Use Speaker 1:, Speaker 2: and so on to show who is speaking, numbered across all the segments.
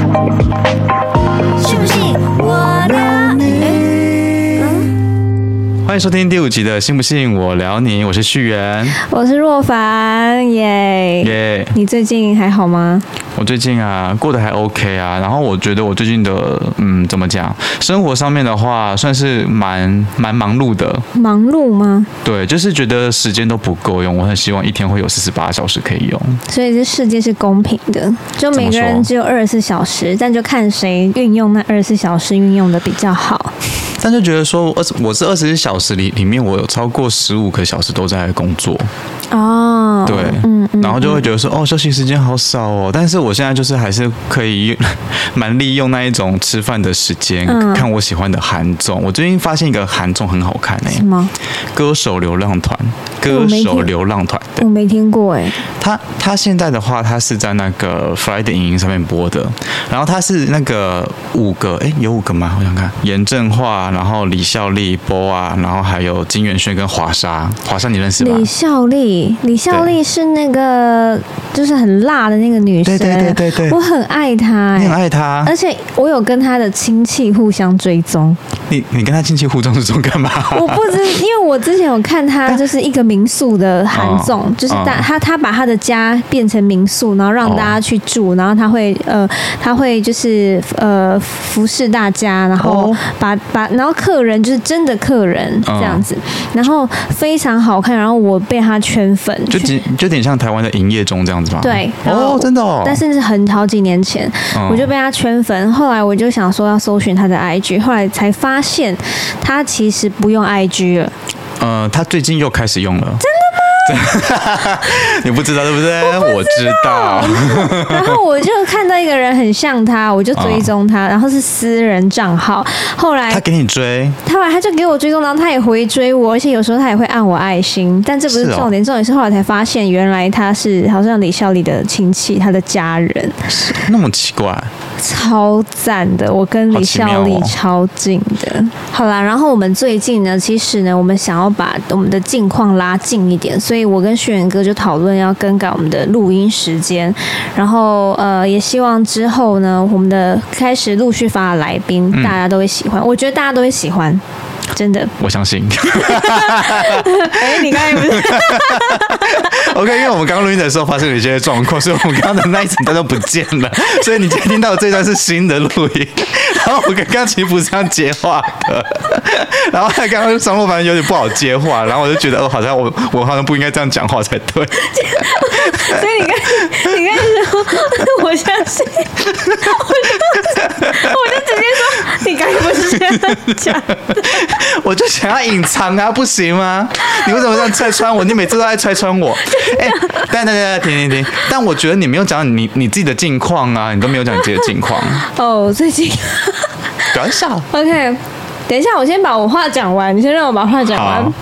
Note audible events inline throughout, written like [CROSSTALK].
Speaker 1: 嗯
Speaker 2: 迎收听第五集的《信不信我聊你》，我是旭元，
Speaker 1: 我是若凡，耶、
Speaker 2: 耶、
Speaker 1: 你最近还好吗？
Speaker 2: 我最近啊过得还 OK 啊，然后我觉得我最近的嗯怎么讲，生活上面的话算是蛮蛮忙碌的，
Speaker 1: 忙碌吗？
Speaker 2: 对，就是觉得时间都不够用，我很希望一天会有四十八小时可以用。
Speaker 1: 所以这世界是公平的，就每个
Speaker 2: 怎么
Speaker 1: 人
Speaker 2: 说
Speaker 1: 只有二十四小时，但就看谁运用那二十四小时运用的比较好。
Speaker 2: 但是觉得说二十我是二十四小时里里面，我有超过十五个小时都在工作，
Speaker 1: 哦，
Speaker 2: 对，
Speaker 1: 嗯嗯，
Speaker 2: 然后就会觉得说，哦，休息时间好少哦。但是我现在就是还是可以 [LAUGHS] 蛮利用那一种吃饭的时间，
Speaker 1: 嗯
Speaker 2: 看我喜欢的韩综。我最近发现一个韩综很好看诶、
Speaker 1: 什么？
Speaker 2: 歌手流浪团》。
Speaker 1: 我
Speaker 2: 歌
Speaker 1: 没
Speaker 2: 手
Speaker 1: 听
Speaker 2: 流浪团，对
Speaker 1: 哦我没听过哎，
Speaker 2: 他他现在的话，他是在那个 Friday 影音上面播的，然后他是那个五个，诶，有五个吗？我想看，严正化，啊然后李孝利、波啊，然后还有金元炫跟华莎，华莎你认识吧？
Speaker 1: 李孝利，李孝利是那个就是很辣的那个女生，
Speaker 2: 对对对对对
Speaker 1: 我很爱她
Speaker 2: 你很
Speaker 1: 哎。
Speaker 2: 爱他，
Speaker 1: 而且我有跟她的亲戚互相追踪，
Speaker 2: 你你跟他近期互动是中干嘛？ [LAUGHS]
Speaker 1: 我不知，因为我之前有看他，就是一个民宿的韩总，
Speaker 2: 哦
Speaker 1: 就是大
Speaker 2: 哦
Speaker 1: 他他把他的家变成民宿，然后让大家去住，然后他会呃他会就是呃服侍大家，然后
Speaker 2: 哦
Speaker 1: 把、把然后客人就是真的客人
Speaker 2: 嗯
Speaker 1: 这样子，然后非常好看，然后我被他圈粉，
Speaker 2: 就点就有点像台湾的营业中这样子吧。
Speaker 1: 对然
Speaker 2: 哦
Speaker 1: 后，
Speaker 2: 真的哦。
Speaker 1: 但是是很好几年前，
Speaker 2: 嗯
Speaker 1: 我就被他圈粉。后来我就想说要搜寻他的 IG，后来才发现他其实不用 IG 了。
Speaker 2: 呃，他最近又开始用了。真的吗？ [LAUGHS] 你不知道对不对？我知道。
Speaker 1: 然后我就看到一个人很像他，我就追踪他，然后是私人账号。后来
Speaker 2: 他给你追，
Speaker 1: 后来他就给我追踪，然后他也回追我，而且有时候他也会按我爱心，但这不是
Speaker 2: 是哦
Speaker 1: 重点，重点是后来才发现原来他是好像李孝利的亲戚，他的家人，
Speaker 2: 那么奇怪。
Speaker 1: 超赞的，我跟李孝利
Speaker 2: 好奇哦
Speaker 1: 超近的。好啦，然后我们最近呢，其实呢，我们想要把我们的近况拉近一点，所以我跟轩远哥就讨论要更改我们的录音时间，然后呃，也希望之后呢，我们的开始陆续发的来宾，
Speaker 2: 嗯
Speaker 1: 大家都会喜欢，我觉得大家都会喜欢。真的，
Speaker 2: 我相信
Speaker 1: 哎、你刚才不是
Speaker 2: ，OK，因为我们刚刚录音的时候发生了一些状况，所以我们刚刚的那一整段都不见了， [LAUGHS] 所以你今天听到的这段是新的录音。然后我跟刚其实不是这样接话的， [LAUGHS] 然后他刚刚张若凡有点不好接话，然后我就觉得哦，好像我我好像不应该这样讲话才对。 [LAUGHS]
Speaker 1: 所以你看，你看， [LAUGHS] 我相信， [LAUGHS] 我就我就直接说，你刚才不是这样讲。
Speaker 2: 我就想要隐藏啊，不行吗？你为什么这样拆穿我？你每次都在拆穿我。 [LAUGHS] 哎、等等等等，停停停！但我觉得你没有讲你你自己的近况啊，你都没有讲你自己的近况，
Speaker 1: 哦，最近
Speaker 2: 短小。
Speaker 1: OK，等一下，我先把我话讲完，你先让我把话讲完
Speaker 2: 好。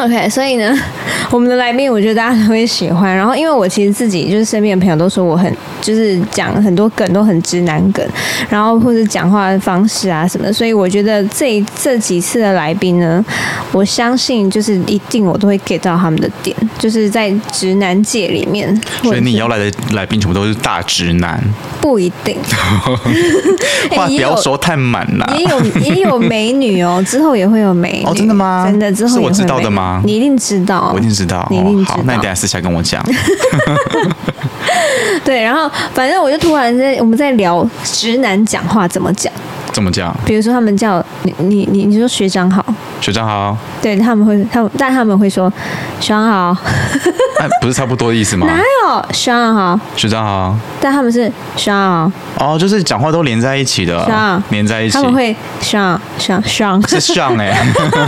Speaker 1: OK，所以呢， [LAUGHS] 我们的来宾我觉得大家都会喜欢。然后，因为我其实自己就是身边的朋友都说我很就是讲很多梗都很直男梗，然后或者讲话的方式啊什么的，所以我觉得这这几次的来宾呢，我相信就是一定我都会 get 到他们的点，就是在直男界里面，或
Speaker 2: 所
Speaker 1: 者
Speaker 2: 以你
Speaker 1: 是
Speaker 2: 邀来的来宾全部都是大直男，
Speaker 1: 不一
Speaker 2: [LAUGHS]
Speaker 1: 定， [LAUGHS] 哎
Speaker 2: 话不
Speaker 1: 也
Speaker 2: 要
Speaker 1: 有
Speaker 2: 说太满啦。
Speaker 1: [LAUGHS] 也有也有美女
Speaker 2: [LAUGHS]
Speaker 1: 哦，之后也会有美女
Speaker 2: 哦真的吗
Speaker 1: 真的，之后
Speaker 2: 是
Speaker 1: 也
Speaker 2: 我
Speaker 1: 会有
Speaker 2: 知道的
Speaker 1: 美女
Speaker 2: 吗
Speaker 1: 你一定知道，
Speaker 2: 我一定知道，
Speaker 1: 你一定
Speaker 2: 哦
Speaker 1: 知道
Speaker 2: 好，那你等一下私下跟
Speaker 1: [LAUGHS]
Speaker 2: 我讲。
Speaker 1: 对。然后反正我就突然在我们在聊直男讲话怎么讲，
Speaker 2: 怎么讲？
Speaker 1: 比如说他们叫你你你你说学长好，
Speaker 2: 学长好，
Speaker 1: 对他们会他们但他们会说学长好，
Speaker 2: 哎，不是差不多的意思吗？
Speaker 1: 哪有学长好？
Speaker 2: 学长好，
Speaker 1: 但他们是学长
Speaker 2: 哦，就是讲话都连在一起
Speaker 1: 学
Speaker 2: 的
Speaker 1: 长，
Speaker 2: 连在一
Speaker 1: 好，
Speaker 2: 起
Speaker 1: 啊他。们会学长学长学长，
Speaker 2: [LAUGHS] 是上哎、
Speaker 1: [LAUGHS]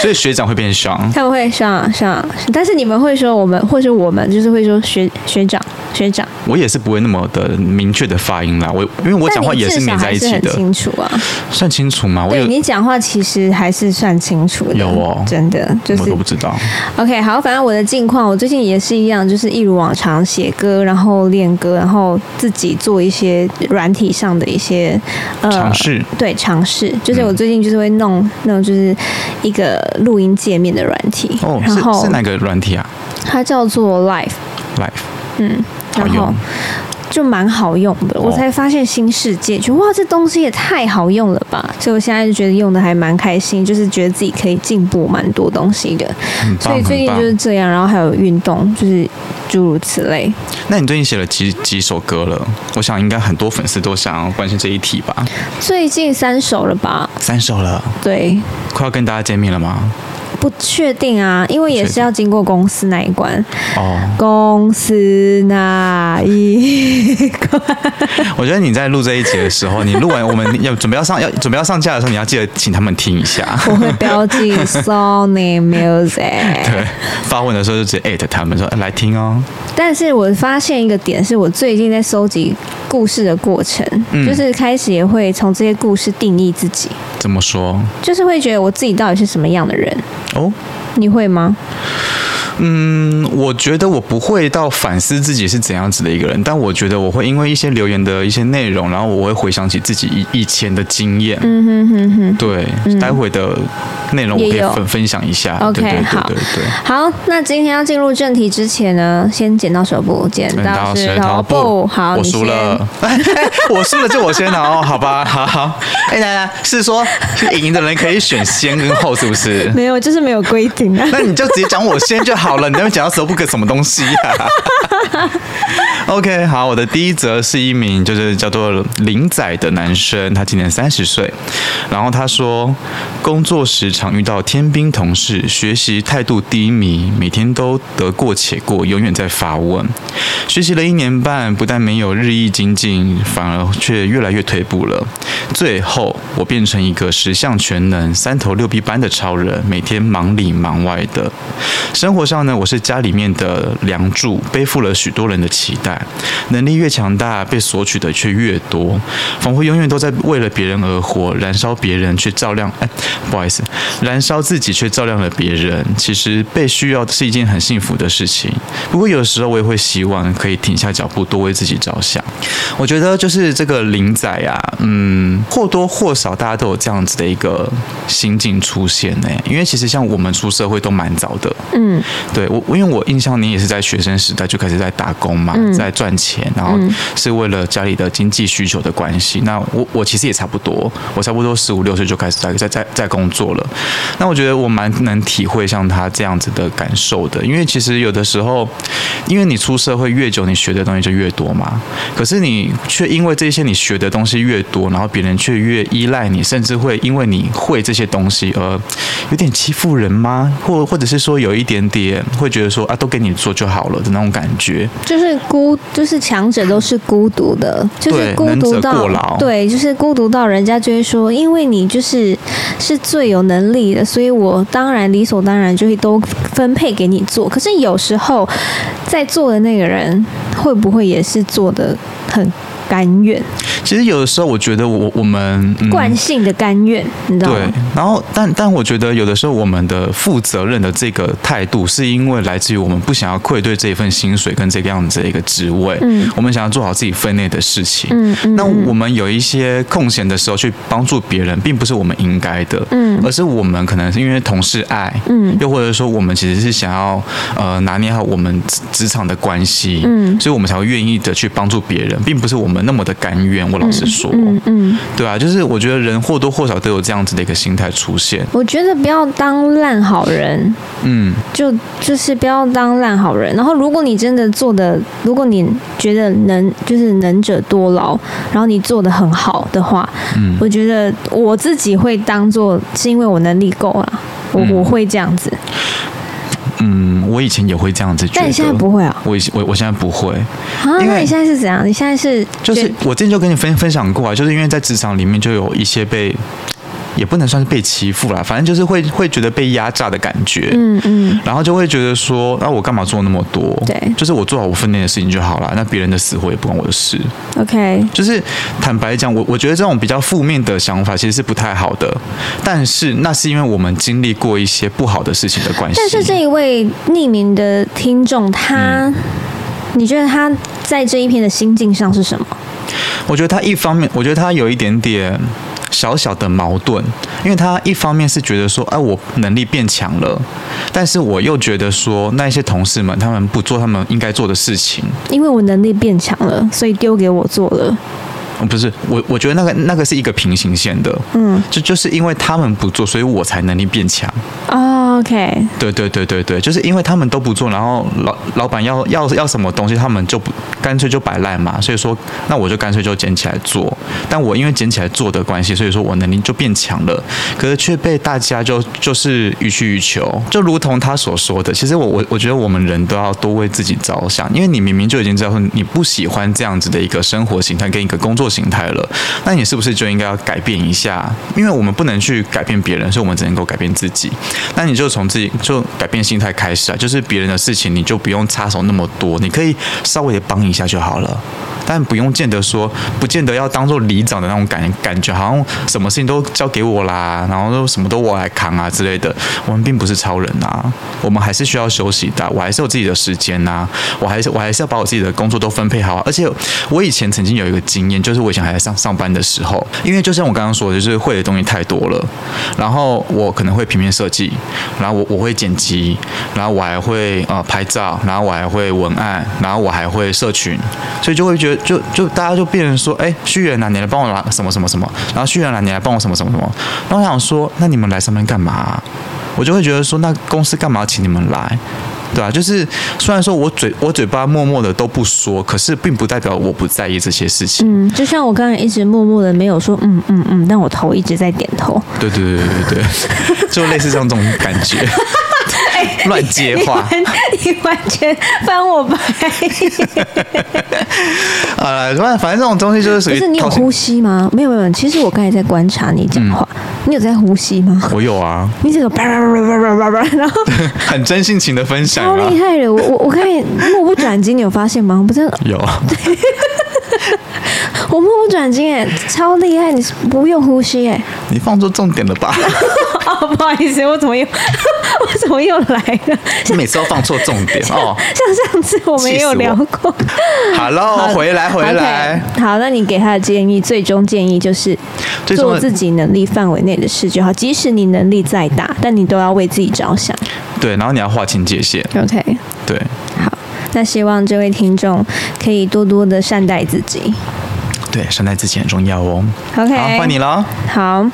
Speaker 2: 所以学长会变上。
Speaker 1: 他们会学长学长，但是你们会说我们或者我们就是会说学学长学长，
Speaker 2: 我也是不会那么的明确的发音啦，我因为我讲话也是
Speaker 1: 但你
Speaker 2: 粘
Speaker 1: 至少
Speaker 2: 在一起
Speaker 1: 还是很
Speaker 2: 的，
Speaker 1: 清楚啊。
Speaker 2: 算清楚吗？我
Speaker 1: 对
Speaker 2: 有
Speaker 1: 你讲话其实还是算清楚的，
Speaker 2: 有哦
Speaker 1: 真的就是
Speaker 2: 我都不知道，
Speaker 1: OK。好，反正我的近况，我最近也是一样，就是一如往常写歌，然后练歌，然后自己做一些软体上的一些呃
Speaker 2: 尝试
Speaker 1: 对尝试，就是我最近就是会弄那种就是一个录音界面的软体，
Speaker 2: 哦，
Speaker 1: 然
Speaker 2: 是
Speaker 1: 后
Speaker 2: 是哪个软体啊
Speaker 1: 它叫做 Live，
Speaker 2: ？Life
Speaker 1: 嗯，
Speaker 2: 好
Speaker 1: 然后
Speaker 2: 用
Speaker 1: 就蛮好用的。
Speaker 2: 哦
Speaker 1: 我才发现新世界，就哇，这东西也太好用了吧！所以我现在就觉得用的还蛮开心，就是觉得自己可以进步蛮多东西的。
Speaker 2: 很嗯棒
Speaker 1: 所以最近就是
Speaker 2: 很棒
Speaker 1: 这样，然后还有运动，就是诸如此类。
Speaker 2: 那你最近写了几几首歌了？我想应该很多粉丝都想要关心这一题吧。
Speaker 1: 最近三首了吧？
Speaker 2: 三首了，
Speaker 1: 对，
Speaker 2: 快要跟大家见面了吗？
Speaker 1: 不确定啊，因为也是要经过公司那一关。
Speaker 2: 哦，
Speaker 1: 公司那一关， [LAUGHS]
Speaker 2: 我觉得你在录这一集的时候，你录完我们要准备要上要准备要上架的时候，你要记得请他们听
Speaker 1: [LAUGHS]
Speaker 2: 一下。
Speaker 1: 我会标记 Sony Music。
Speaker 2: [LAUGHS] 对，发问的时候就直接艾特他们说、哎来听哦。
Speaker 1: 但是我发现一个点，是我最近在收集故事的过程，
Speaker 2: 嗯
Speaker 1: 就是开始也会从这些故事定义自己，
Speaker 2: 怎么说？
Speaker 1: 就是会觉得我自己到底是什么样的人。
Speaker 2: 哦，
Speaker 1: 你会吗？
Speaker 2: 嗯，我觉得我不会到反思自己是怎样子的一个人，但我觉得我会因为一些留言的一些内容，然后我会回想起自己以以前的经验。
Speaker 1: 嗯哼哼哼。嗯
Speaker 2: 对，待会的内容我
Speaker 1: 也
Speaker 2: 可以
Speaker 1: 有
Speaker 2: 分分享一下。
Speaker 1: OK，
Speaker 2: 对对对
Speaker 1: 好
Speaker 2: 对对。
Speaker 1: 好，那今天要进入正题之前呢，先剪刀石头布，剪
Speaker 2: 剪
Speaker 1: 刀
Speaker 2: 刀
Speaker 1: 石
Speaker 2: 石
Speaker 1: 头
Speaker 2: 头
Speaker 1: 布。
Speaker 2: 布，
Speaker 1: 好，
Speaker 2: 我
Speaker 1: 你
Speaker 2: 输
Speaker 1: 先
Speaker 2: 了，哎哎 [LAUGHS] 我输了就我先拿哦，好吧，好好。哎，来来，是说赢的人可以选先跟后，是不是？ [LAUGHS]
Speaker 1: 没有，就是没有规定啊。
Speaker 2: 那你就直接讲我先就好了，你那边讲到时候不可什么东西啊呀、OK，好，我的第一则是一名就是叫做林仔的男生，他今年三十岁，然后他说，工作时常遇到天兵同事，学习态度低迷，每天都得过且过，永远在发问。学习了一年半，不但没有日益精进，反而却越来越退步了。最后，我变成一个十项全能、三头六臂般的超人，每天忙里忙外的。生活上呢，我是家里面的梁柱，背负了许多人的期待。能力越强大，被索取的却越多，仿佛永远都在为了别人而活，燃烧别人却照亮……哎，不好意思，燃烧自己却照亮了别人。其实被需要是一件很幸福的事情。不过有时候我也会希望可以停下脚步，多为自己着想。我觉得就是这个林仔啊，嗯，或多或少大家都有这样子的一个心境出现呢、因为其实像我们出社会都蛮早的，
Speaker 1: 嗯，
Speaker 2: 对我，因为我印象你也是在学生时代就开始在打工嘛，在赚钱，然后是为了家里的经济需求的关系。那我我其实也差不多，我差不多十五六岁就开始在在在在工作了。那我觉得我蛮能体会像他这样子的感受的，因为其实有的时候，因为你出社会越久，你学的东西就越多嘛。可是你却因为这些你学的东西越多，然后别人却越依赖你，甚至会因为你会这些东西而有点欺负人吗？或或者是说有一点点会觉得说啊，都给你做就好了的那种感觉。
Speaker 1: 就是孤，就是强者都是孤独的，就是
Speaker 2: 对
Speaker 1: 孤独
Speaker 2: 能者
Speaker 1: 到
Speaker 2: 过劳
Speaker 1: 对，就是孤独到人家就会说，因为你就是是最有能力的，所以我当然理所当然就会都分配给你做。可是有时候在做的那个人会不会也是做的很甘愿，
Speaker 2: 其实有的时候我觉得我我们、嗯、
Speaker 1: 惯性的甘愿，你知道
Speaker 2: 对
Speaker 1: 吗？，
Speaker 2: 然后但但我觉得有的时候我们的负责任的这个态度，是因为来自于我们不想要愧对这一份薪水跟这个样子的一个职位，
Speaker 1: 嗯
Speaker 2: 我们想要做好自己分内的事情。
Speaker 1: 嗯嗯
Speaker 2: 那我们有一些空闲的时候去帮助别人，并不是我们应该的，
Speaker 1: 嗯
Speaker 2: 而是我们可能是因为同事爱，
Speaker 1: 嗯
Speaker 2: 又或者说我们其实是想要呃拿捏好我们职职场的关系，
Speaker 1: 嗯
Speaker 2: 所以我们才会愿意的去帮助别人，并不是我们那么的甘愿。我老实说，
Speaker 1: 嗯嗯，
Speaker 2: 对啊，就是我觉得人或多或少都有这样子的一个心态出现。
Speaker 1: 我觉得不要当烂好人，
Speaker 2: 嗯，
Speaker 1: 就就是不要当烂好人。然后，如果你真的做的，如果你觉得能就是能者多劳，然后你做的很好的话，
Speaker 2: 嗯
Speaker 1: 我觉得我自己会当做是因为我能力够了，我、
Speaker 2: 嗯
Speaker 1: 我会这样子。
Speaker 2: 嗯，我以前也会这样子觉得。
Speaker 1: 但你现在不会啊？
Speaker 2: 我以前我我现在不会，
Speaker 1: 啊，
Speaker 2: 因为
Speaker 1: 那你现在是怎样？你现在是
Speaker 2: 就是
Speaker 1: 觉
Speaker 2: 我之前就跟你分分享过啊，就是因为在职场里面就有一些被，也不能算是被欺负啦，反正就是会会觉得被压榨的感觉。
Speaker 1: 嗯嗯
Speaker 2: 然后就会觉得说，那、我干嘛做那么多？
Speaker 1: 对
Speaker 2: 就是我做好我分内的事情就好了，那别人的死活也不关我的事。
Speaker 1: ，OK，
Speaker 2: 就是坦白讲，我我觉得这种比较负面的想法其实是不太好的，但是那是因为我们经历过一些不好的事情的关系。
Speaker 1: 但是这一位匿名的听众，他、
Speaker 2: 嗯
Speaker 1: 你觉得他在这一篇的心境上是什么？
Speaker 2: 我觉得他一方面，我觉得他有一点点小小的矛盾，因为他一方面是觉得说，哎、我能力变强了，但是我又觉得说，那一些同事们他们不做他们应该做的事情，
Speaker 1: 因为我能力变强了，所以丢给我做了。
Speaker 2: 嗯不是我，我觉得那个那个是一个平行线的，
Speaker 1: 嗯
Speaker 2: 就就是因为他们不做，所以我才能力变强。
Speaker 1: 哦，OK，
Speaker 2: 对对对对对，就是因为他们都不做，然后老老板要要要什么东西，他们就不干脆就摆烂嘛。所以说，那我就干脆就捡起来做。但我因为捡起来做的关系，所以说我能力就变强了，可是却被大家就就是予取予求。就如同他所说的，其实我我我觉得我们人都要多为自己着想，因为你明明就已经知道说你不喜欢这样子的一个生活形态跟一个工作形态了，那你是不是就应该要改变一下？因为我们不能去改变别人，所以我们只能够改变自己。那你就从自己就改变心态开始啊，就是别人的事情你就不用插手那么多，你可以稍微的帮一下就好了。但不用见得说，不见得要当做里长的那种感感觉，好像什么事情都交给我啦，然后都什么都我来扛啊之类的。我们并不是超人啊，我们还是需要休息的啊、我还是有自己的时间呐、我还是我还是要把我自己的工作都分配好啊、而且我以前曾经有一个经验，就是我以前还在上上班的时候，因为就像我刚刚说的，就是会的东西太多了，然后我可能会平面设计，然后我我会剪辑，然后我还会呃拍照，然后我还会文案，然后我还会社群，所以就会觉得就就大家就变成说，哎，旭元啊，你来帮我拿什么什么什么，然后旭元啊，你来帮我什么什么什么，然后我想说，那你们来上班干嘛、我就会觉得说，那公司干嘛要请你们来？对啊，就是虽然说我嘴我嘴巴默默的都不说，可是并不代表我不在意这些事情。
Speaker 1: 嗯，就像我刚才一直默默的没有说嗯嗯嗯，但我头一直在点头。
Speaker 2: 对对对对对 [LAUGHS] 对，就类似像这种感觉，乱接话。
Speaker 1: [LAUGHS] 你完全翻我白，
Speaker 2: [LAUGHS] 呃，反正反正这种东西就是属
Speaker 1: 可
Speaker 2: 于
Speaker 1: 是你有
Speaker 2: 掏心嗯
Speaker 1: 呼吸吗？没有没有，其实我刚才在观察你讲话，你有在呼吸吗？
Speaker 2: 我有啊，
Speaker 1: 你整个叭叭叭叭叭叭叭，然
Speaker 2: [LAUGHS]
Speaker 1: 后
Speaker 2: 很真性情的分享
Speaker 1: 超
Speaker 2: 啊
Speaker 1: 厉，害的，我我我刚才目不转睛，你有发现吗？我不知道，
Speaker 2: 有。啊
Speaker 1: 我目不转睛哎，超厉害，你是不用呼吸哎。
Speaker 2: [LAUGHS] 你放错重点了吧？
Speaker 1: [LAUGHS] 哦，不好意思，我怎么又 [LAUGHS] 我怎么又来了？
Speaker 2: 你每次都放错重点
Speaker 1: [LAUGHS]
Speaker 2: 哦。
Speaker 1: 像上次我们也有聊过。
Speaker 2: Hello，回哦来回来，
Speaker 1: OK，好，那你给他的建议，最终建议就是
Speaker 2: 最终
Speaker 1: 做
Speaker 2: 的
Speaker 1: 自己能力范围内的事就好。即使你能力再大，但你都要为自己着想。
Speaker 2: 对，然后你要划清界限，
Speaker 1: OK，
Speaker 2: 对，
Speaker 1: 好，那希望这位听众可以多多的善待自己。
Speaker 2: 对，善待自己很重要哦。
Speaker 1: OK，
Speaker 2: 好，换你了。
Speaker 1: 好，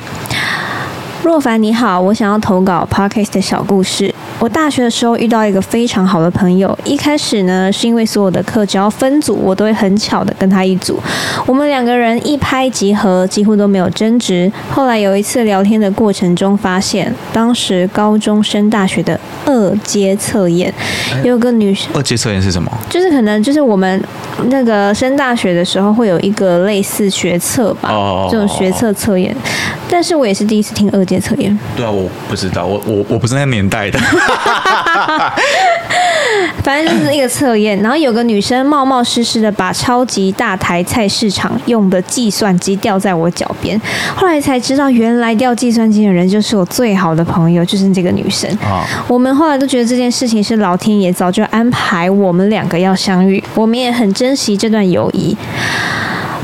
Speaker 1: 若凡你好，我想要投稿 Podcast 的小故事。我大学的时候遇到一个非常好的朋友，一开始呢是因为所有的课只要分组，我都会很巧的跟他一组，我们两个人一拍即合，几乎都没有争执。后来有一次聊天的过程中发现，当时高中升大学的二阶测验，有个女生。
Speaker 2: 二阶测验是什么？
Speaker 1: 就是可能就是我们那个升大学的时候会有一个类似学测吧，
Speaker 2: 哦
Speaker 1: 这种学测测验，但是我也是第一次听二阶测验。
Speaker 2: 对啊，我不知道，我我我不是那个年 [LAUGHS] 代的。
Speaker 1: 反正就是一个测验，然后有个女生冒冒失失的把超级大台菜市场用的计算机掉在我脚边，后来才知道原来掉计算机的人就是我最好的朋友，就是这个女生。
Speaker 2: 啊
Speaker 1: 我们后来都觉得这件事情是老天爷早就安排我们两个要相遇，我们也很珍惜这段友谊。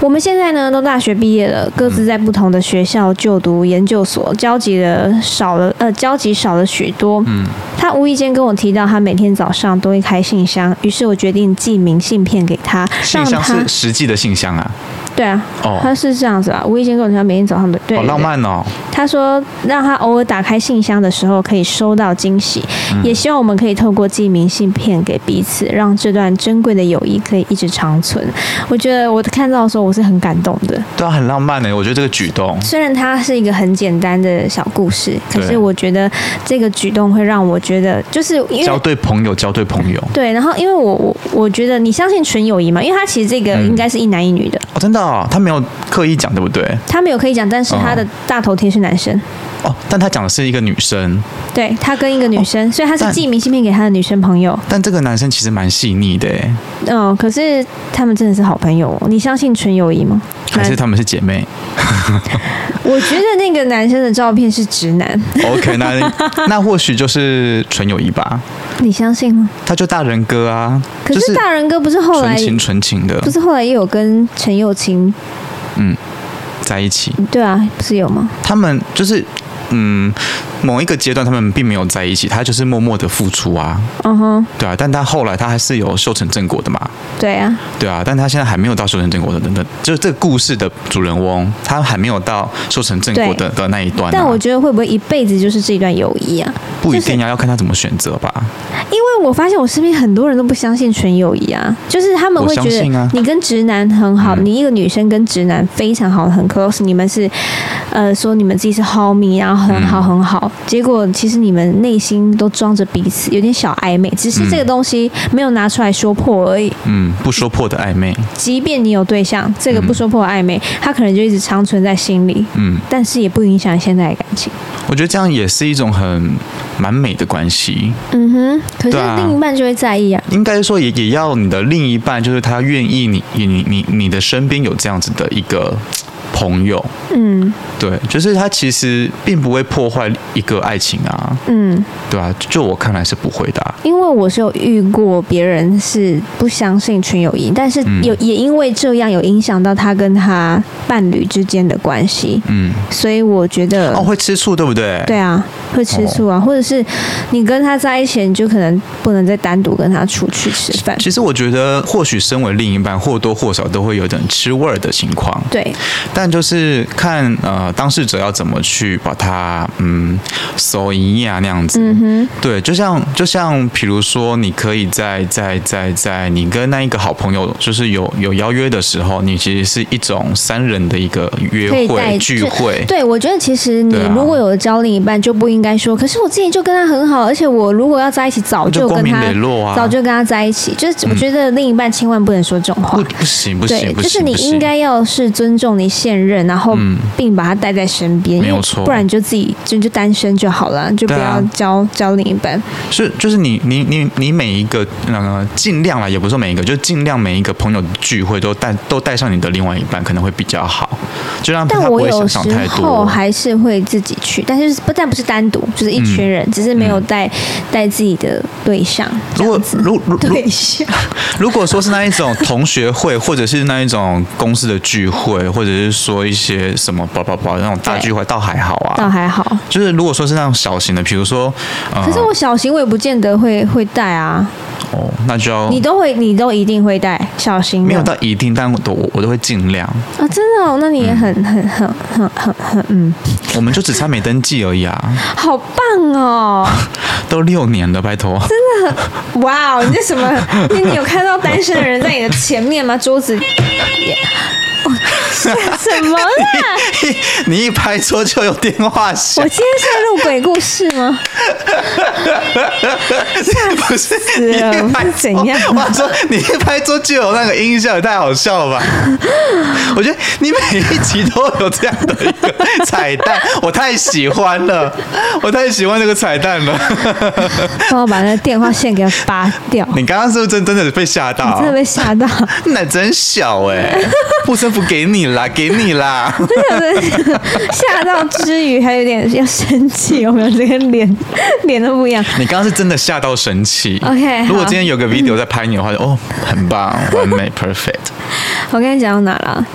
Speaker 1: 我们现在呢都大学毕业了，各自在不同的学校就读研究所，交集的少了，呃，交集少了许多。嗯，他无意间跟我提到，他每天早上都会开信箱，于是我决定寄明信片给他，
Speaker 2: 信
Speaker 1: 让
Speaker 2: 箱
Speaker 1: 他
Speaker 2: 是实际的信箱啊，
Speaker 1: 对啊，
Speaker 2: 哦
Speaker 1: 他是这样子啊，无意间跟我提到每天早上都对
Speaker 2: 好
Speaker 1: 对
Speaker 2: 浪漫哦。
Speaker 1: 他说，让他偶尔打开信箱的时候可以收到惊喜，
Speaker 2: 嗯
Speaker 1: 也希望我们可以透过寄明信片给彼此，让这段珍贵的友谊可以一直长存。我觉得我看到的时候，我是很感动的。
Speaker 2: 对啊，很浪漫呢。我觉得这个举动，
Speaker 1: 虽然它是一个很简单的小故事，可是
Speaker 2: 对
Speaker 1: 我觉得这个举动会让我觉得，就是因
Speaker 2: 交
Speaker 1: 为。
Speaker 2: 对朋友，交对朋友。
Speaker 1: 对，然后因为我我我觉得你相信纯友谊嘛，因为他其实这个
Speaker 2: 嗯
Speaker 1: 应该是一男一女的，
Speaker 2: 哦，真的哦，他没有刻意讲，对不对？
Speaker 1: 他没有可以讲，但是他的
Speaker 2: 哦
Speaker 1: 大头贴是男生，
Speaker 2: 哦，但他讲的是一个女生，
Speaker 1: 对他跟一个女生，所以他是
Speaker 2: 哦但
Speaker 1: 寄明信片给他的女生朋友，
Speaker 2: 但这个男生其实蛮细腻的耶，欸
Speaker 1: 嗯，可是他们真的是好朋友哦。你相信纯友谊吗？
Speaker 2: 还是他们是姐 [LAUGHS] 妹
Speaker 1: 我觉得那个男生的照片是直男，
Speaker 2: 哦？OK，那那或许就是纯友谊吧。
Speaker 1: 你相信吗？
Speaker 2: 他就大人哥啊，
Speaker 1: 可
Speaker 2: 就是
Speaker 1: 大人哥不是后来
Speaker 2: 纯情纯情的
Speaker 1: 不，是后来也有跟陈幼卿
Speaker 2: 嗯，在一起，
Speaker 1: 对啊，不是有吗？
Speaker 2: 他们就是嗯某一个阶段他们并没有在一起，他就是默默的付出啊，
Speaker 1: 嗯哼，
Speaker 2: 对啊，但他后来他还是有修成正果的嘛，
Speaker 1: 对啊，
Speaker 2: 对啊，但他现在还没有到修成正果的那，就是这个故事的主人翁，他还没有到修成正果的的那一段、啊。
Speaker 1: 但我觉得会不会一辈子就是这段友谊啊？
Speaker 2: 不一
Speaker 1: 就是
Speaker 2: 定要要看他怎么选择吧。
Speaker 1: 因为我发现我身边很多人都不相信纯友谊啊，就是他们会觉
Speaker 2: 我相信
Speaker 1: 得
Speaker 2: 啊嗯
Speaker 1: 你跟直男很好，你一个女生跟直男非常好，很 close，你们是呃说你们自己是 homie，然后很
Speaker 2: 嗯
Speaker 1: 好很好，结果其实你们内心都装着彼此，有点小暧昧，只是这个东西没有拿出来说破而已。
Speaker 2: 嗯，不说破的暧昧，
Speaker 1: 即便你有对象，这个不说破的暧昧，他可能就一直长存在心里，
Speaker 2: 嗯，
Speaker 1: 但是也不影响现在的感情。
Speaker 2: 我觉得这样也是一种很蛮美的关系。
Speaker 1: 嗯哼，可是
Speaker 2: 对啊
Speaker 1: 另一半就会在意啊。
Speaker 2: 应该说也也要你的另一半，就是他愿意你你你你你的身边有这样子的一个朋友，
Speaker 1: 嗯
Speaker 2: 对，就是他其实并不会破坏一个爱情啊，
Speaker 1: 嗯。
Speaker 2: 对啊，就我看来是不会的啊、
Speaker 1: 因为我是有遇过别人是不相信纯友谊，但是
Speaker 2: 嗯
Speaker 1: 有、也因为这样有影响到他跟他伴侣之间的关系，
Speaker 2: 嗯，
Speaker 1: 所以我觉得，
Speaker 2: 哦，会哦吃醋对不对？
Speaker 1: 对啊，会吃醋啊，或者是你跟他在一起，你就可能不能再单独跟他出去吃饭，
Speaker 2: 其实我觉得，或许身为另一半，或多或少都会有点吃味儿的情况，
Speaker 1: 对，
Speaker 2: 但就是看呃当事者要怎么去把它嗯收一啊那样子。
Speaker 1: 嗯
Speaker 2: 对，就像就像比如说，你可以在在在在你跟那一个好朋友，就是有有邀约的时候，你其实是一种三人的一个约
Speaker 1: 可以带
Speaker 2: 会聚
Speaker 1: 就
Speaker 2: 会
Speaker 1: 哼，。对，我觉得其实你
Speaker 2: 对啊
Speaker 1: 如果有交另一半，就不应该说，可是我之前就跟他很好，而且我如果要在一起，早
Speaker 2: 就光
Speaker 1: 跟
Speaker 2: 明
Speaker 1: 他
Speaker 2: 磊落啊
Speaker 1: 早就跟他在一起，就是我觉得另一半千万不能说这种话
Speaker 2: 不，不行不
Speaker 1: 对
Speaker 2: 行，不行，
Speaker 1: 就是你
Speaker 2: 不行
Speaker 1: 应该要是尊重你现任，然后
Speaker 2: 嗯
Speaker 1: 并把他带在身边，
Speaker 2: 没有
Speaker 1: 因为
Speaker 2: 错
Speaker 1: 不然你就自己就就单身就好了，就不
Speaker 2: 对啊
Speaker 1: 要交、交另一半。
Speaker 2: 是就是你你你你每一个呃尽量啦，也不是说每一个，就尽量每一个朋友的聚会都带都带上你的另外一半，可能会比较好，就让他
Speaker 1: 但
Speaker 2: 不
Speaker 1: 我
Speaker 2: 会
Speaker 1: 有
Speaker 2: 想
Speaker 1: 时
Speaker 2: 想太
Speaker 1: 候
Speaker 2: 多。
Speaker 1: 还是会自己去，但是不但不是单独，就是一群人，只是没有带带自己的对象。
Speaker 2: 嗯如果如如如
Speaker 1: 对象，
Speaker 2: 如果说是那一种同学会，或者是那一种公司的聚会，或者是说一些什么叭叭叭那种大聚会，倒还好
Speaker 1: 倒
Speaker 2: 啊。
Speaker 1: 还好。
Speaker 2: 就是如果说是那种小型的，比如说，呃
Speaker 1: 可，是我小型我也不见得会会带啊，
Speaker 2: 哦，那就要
Speaker 1: 你都会，你都一定会带小型的。
Speaker 2: 没有到一定，但我都我我都会尽量。
Speaker 1: 啊，真的哦，那你也很
Speaker 2: 嗯
Speaker 1: 很很很很很嗯，
Speaker 2: 我们就只差没登记而已啊，
Speaker 1: 好棒哦。
Speaker 2: 都六年了，拜托。
Speaker 1: 哇哦，你这什么？你你有看到单身的人在你的前面吗？桌子，耶哦，什么
Speaker 2: [LAUGHS]
Speaker 1: 啦？
Speaker 2: 你一拍桌就有电话响
Speaker 1: 我，今天是在录鬼故事吗？
Speaker 2: 不是
Speaker 1: 了
Speaker 2: [LAUGHS] 你一拍
Speaker 1: 我
Speaker 2: 桌
Speaker 1: 是怎样
Speaker 2: 我说你一拍桌就有那个音效，也太好
Speaker 1: [LAUGHS]
Speaker 2: 笑了吧？我觉得你每一集都有这样的一个彩蛋，我太喜欢了，我太喜欢这个彩蛋
Speaker 1: [LAUGHS]
Speaker 2: 了。
Speaker 1: 帮我把那个电话线给它拔掉，
Speaker 2: 你刚刚是不是真真的被吓到
Speaker 1: 真？的被吓到。
Speaker 2: 你奶真小哎、护身符给你
Speaker 1: [LAUGHS]
Speaker 2: 啦，给你啦。
Speaker 1: 真的是吓到之余，还有点要生气，有没有？这个脸脸都不一样。
Speaker 2: 你刚刚是真的吓到神奇。
Speaker 1: OK，好
Speaker 2: 如果今天有个 video 在拍你的话，就哦，很棒，完美，perfect。
Speaker 1: 我跟你讲到哪了？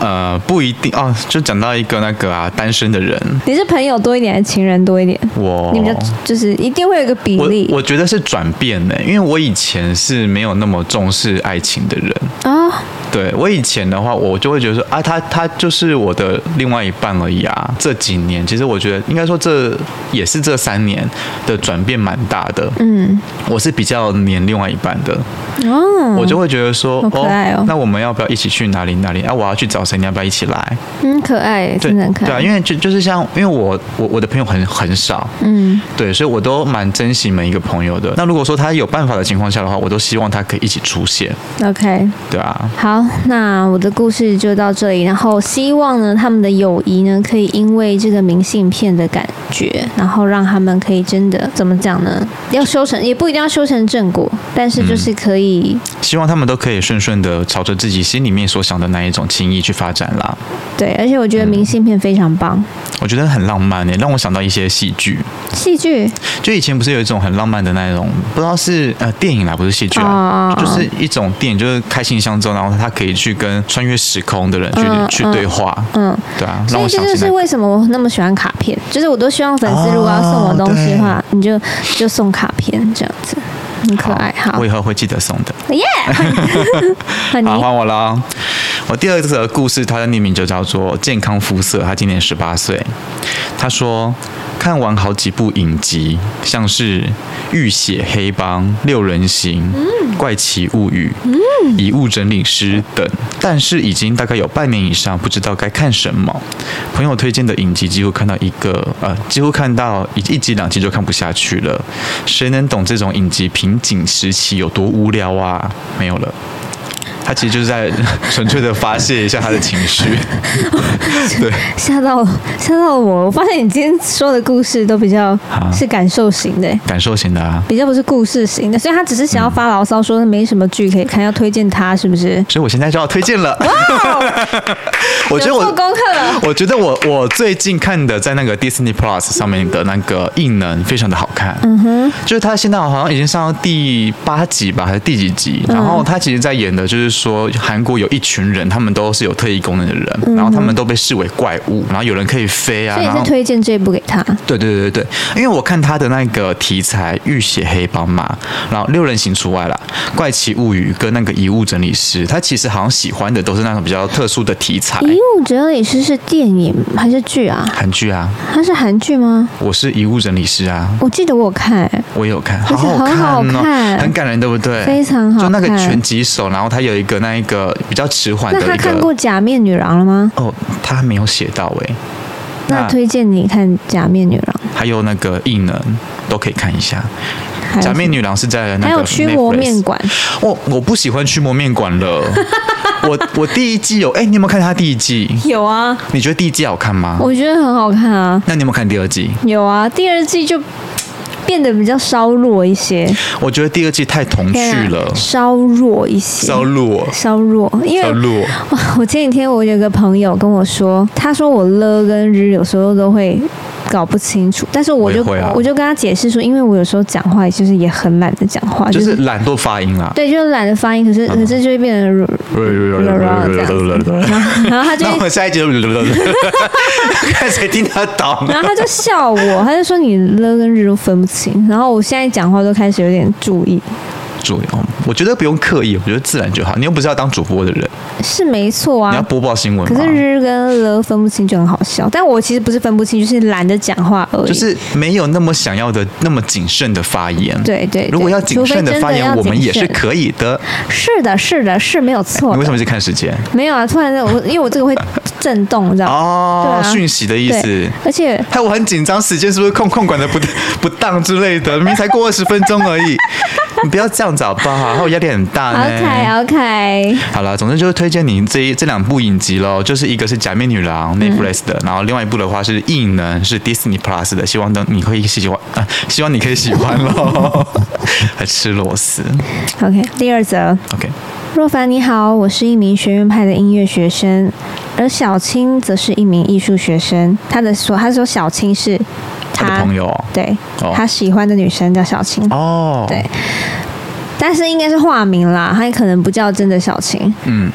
Speaker 2: 呃，不一定哦，就讲到一个那个啊，单身的人，
Speaker 1: 你是朋友多一点，还是情人多一点？
Speaker 2: 我
Speaker 1: 你们就就是一定会有一个比
Speaker 2: 我
Speaker 1: 例
Speaker 2: 哦我觉得是转变呢，因为我以前是没有那么重视爱情的人，
Speaker 1: 啊。
Speaker 2: 对我以前的话，我就会觉得说啊，他他就是我的另外一半而已啊。这几年其实我觉得应该说这也是这三年的转变蛮大的，
Speaker 1: 嗯，
Speaker 2: 我是比较黏另外一半的，
Speaker 1: 哦，
Speaker 2: 我就会觉得说
Speaker 1: 好可爱哦
Speaker 2: 那我们要不要一起去哪里哪里啊？我要去找谁，你要不要一起来？
Speaker 1: 很嗯可爱，
Speaker 2: 对
Speaker 1: 真的很可爱。
Speaker 2: 对啊，因为就就是像，因为我我我的朋友很很少，
Speaker 1: 嗯，
Speaker 2: 对，所以我都蛮珍惜每一个朋友的。那如果说他有办法的情况下的话，我都希望他可以一起出现，
Speaker 1: OK，
Speaker 2: 对啊。
Speaker 1: 好，那我的故事就到这里。然后希望呢，他们的友谊呢，可以因为这个明信片的感觉，然后让他们可以真的怎么讲呢？要修成，也不一定要修成正果，但是
Speaker 2: 嗯
Speaker 1: 就是可以，
Speaker 2: 希望他们都可以顺顺的朝着自己心里面所想的那一种情谊去发展啦。
Speaker 1: 对。而且我觉得明信片非常棒，
Speaker 2: 我觉得很浪漫诶，让我想到一些戏剧。
Speaker 1: 戏剧
Speaker 2: 就以前不是有一种很浪漫的那种，不知道是呃电影啦，不是戏剧
Speaker 1: 哦
Speaker 2: 啊
Speaker 1: 哦哦
Speaker 2: 就是一种电影，就是开信箱之后，然后他可以去跟穿越时空的人去、
Speaker 1: 嗯
Speaker 2: 去
Speaker 1: 嗯
Speaker 2: 对话，
Speaker 1: 嗯，
Speaker 2: 对啊，让
Speaker 1: 所以
Speaker 2: 我
Speaker 1: 这
Speaker 2: 想
Speaker 1: 就
Speaker 2: 起
Speaker 1: 是
Speaker 2: 来。
Speaker 1: 为什么我那么喜欢卡片，就是我都希望粉丝如果要送我东西的话，
Speaker 2: 哦
Speaker 1: 你就就送卡片这样子，很可爱。好
Speaker 2: 我以，后会记得送的。
Speaker 1: 耶，
Speaker 2: [LAUGHS]
Speaker 1: [LAUGHS] 很
Speaker 2: 好，
Speaker 1: 你
Speaker 2: 换我了哦。我第二则故事，它的匿名就叫做“健康肤色”，他今年十八岁。他说，看完好几部影集，像是《浴血黑帮》《六人行》怪奇物语》遗物整理师》等，但是已经大概有半年以上，不知道该看什么。朋友推荐的影集，几乎看到一个，呃，几乎看到一一集两集就看不下去了。谁能懂这种影集瓶颈时期有多无聊啊？没有了。他其实就是在 [LAUGHS] 纯粹的发泄一下他的情绪。对，
Speaker 1: 吓到吓到我！我发现你今天说的故事都比较
Speaker 2: 啊
Speaker 1: 是感受型的、
Speaker 2: [LAUGHS] 感受型的啊。
Speaker 1: 比较不是故事型的，所以他只是想要发牢骚，说没什么剧可以看，要推荐他是不是？
Speaker 2: 所以我现在就要推荐了。 [LAUGHS] 我觉得
Speaker 1: 哦有做
Speaker 2: 我，
Speaker 1: 功课
Speaker 2: [LAUGHS]
Speaker 1: 了，
Speaker 2: 我觉得我我最近看的在那个 Disney Plus 上面的那个《异能》非常的好看。嗯哼，就是他现在好像已经上到第八集吧，还是第几集？
Speaker 1: 嗯
Speaker 2: 然后他其实在演的就是说，韩国有一群人，他们都是有特异功能的人，然后他们都被视为怪物，然后有人可以飞
Speaker 1: 嗯
Speaker 2: 啊，
Speaker 1: 所以
Speaker 2: 然
Speaker 1: 是
Speaker 2: 后。
Speaker 1: 推荐这部给他。
Speaker 2: 对对对对对，因为我看他的那个题材《浴血黑帮》嘛，然后六人行除外啦，《怪奇物语》跟那个遗物整理师，他其实好像喜欢的都是那种比较特殊的题材。
Speaker 1: 遗物整理师是电影还是剧啊？
Speaker 2: 韩剧啊，
Speaker 1: 它是韩剧吗？
Speaker 2: 我是遗物整理师啊，
Speaker 1: 我记得我有看、
Speaker 2: 我也有看，
Speaker 1: 而且
Speaker 2: 好好看哦，
Speaker 1: 很好看
Speaker 2: 很感人，对不对？
Speaker 1: 非常好
Speaker 2: 就那个
Speaker 1: 看
Speaker 2: 拳击手，然后他有一个那一个比较迟缓
Speaker 1: 那
Speaker 2: 的
Speaker 1: 他
Speaker 2: 一
Speaker 1: 看过
Speaker 2: 个
Speaker 1: 《假面女郎》了吗？
Speaker 2: 哦，他还没有写到哎、
Speaker 1: 那推荐你看《假面女郎
Speaker 2: 还有那个异能都可以看一下，》，
Speaker 1: 还有
Speaker 2: 假面女郎是在那
Speaker 1: 还
Speaker 2: 个
Speaker 1: 有《驱魔
Speaker 2: Netflix
Speaker 1: 面
Speaker 2: [LAUGHS]
Speaker 1: 馆》，
Speaker 2: 我哦我不喜欢驱魔面馆
Speaker 1: [LAUGHS]
Speaker 2: 了。我我第一季有，哎、你有没有看他第一季？
Speaker 1: 有啊，
Speaker 2: 你觉得第一季好看吗？
Speaker 1: 我觉得很好看啊。
Speaker 2: 那你有没有看第二季？
Speaker 1: 有啊，第二季就变得比较稍弱一些，啊
Speaker 2: 我觉得第二季太童趣
Speaker 1: [LAUGHS]
Speaker 2: 了，
Speaker 1: 稍弱一些，
Speaker 2: 烧弱，
Speaker 1: 稍弱，因
Speaker 2: 烧
Speaker 1: 为。
Speaker 2: 弱。
Speaker 1: 哇我前几天我有一个朋友跟我说，他说我了跟日有时候都会搞不清楚，但是我就
Speaker 2: 我
Speaker 1: 我,、
Speaker 2: 也会啊
Speaker 1: 就跟他解释说，因为我有时候讲话就是也很懒得讲话，
Speaker 2: 就嗯
Speaker 1: 就是
Speaker 2: 懒惰发音啦。
Speaker 1: 对，就是懒得发音，可是可是就会变成这样子，
Speaker 2: [LAUGHS]
Speaker 1: 然后然后他就
Speaker 2: 那我
Speaker 1: 会。
Speaker 2: 们下一集就看谁听得懂。
Speaker 1: [LAUGHS] 然后他就笑我，他就说你了跟日都分不清。然后我现在讲话都开始有点注意，
Speaker 2: 主要我觉得不用刻意，我觉得自然就好。你又不是要当主播的人，
Speaker 1: 是没错
Speaker 2: 你要
Speaker 1: 啊。
Speaker 2: 播报新闻
Speaker 1: 可
Speaker 2: 吗
Speaker 1: 是？日跟了分不清就很好笑，但我其实不是分不清，就是懒得讲话而已。
Speaker 2: 就是没有那么想要的那么谨慎的发言。
Speaker 1: 对对对
Speaker 2: 如果要谨慎
Speaker 1: 除非真的
Speaker 2: 发言，
Speaker 1: 要
Speaker 2: 我们
Speaker 1: 谨
Speaker 2: 也是
Speaker 1: 慎
Speaker 2: 可以的。
Speaker 1: 是的，是的，是没有错
Speaker 2: 你为
Speaker 1: 的。
Speaker 2: 什么是看时间？
Speaker 1: 没有啊，突然间我因为我这个会震动，你知道吗？
Speaker 2: 哦，
Speaker 1: 对啊
Speaker 2: 讯息的意
Speaker 1: 对
Speaker 2: 思。，哎
Speaker 1: 而且
Speaker 2: 害我很紧张，时间是不是控控管的不 [LAUGHS] 不当之类的？明明才过二十分钟而已， [LAUGHS] 你不要这样子好不好？害我压力很大呢。
Speaker 1: OK OK，
Speaker 2: 好了，总之就是推荐你这一这两部影集喽，就是一个是《假面女郎》Netflix 的，
Speaker 1: 嗯
Speaker 2: 然后另外一部的话是《异能》，是 Disney Plus 的，希望能你可以喜欢， [LAUGHS] 啊希望你可以喜欢
Speaker 1: [LAUGHS]
Speaker 2: 喽。还吃螺丝
Speaker 1: OK，第二则，
Speaker 2: ，OK，
Speaker 1: 若凡你好，我是一名学院派的音乐学生，而小青则是一名艺术学生。他的所，他说小青是
Speaker 2: 他的朋友哦
Speaker 1: 对、
Speaker 2: 哦
Speaker 1: 他喜欢的女生叫小青，
Speaker 2: 哦，
Speaker 1: 对，但是应该是化名啦，他可能不叫真的小青。
Speaker 2: 嗯，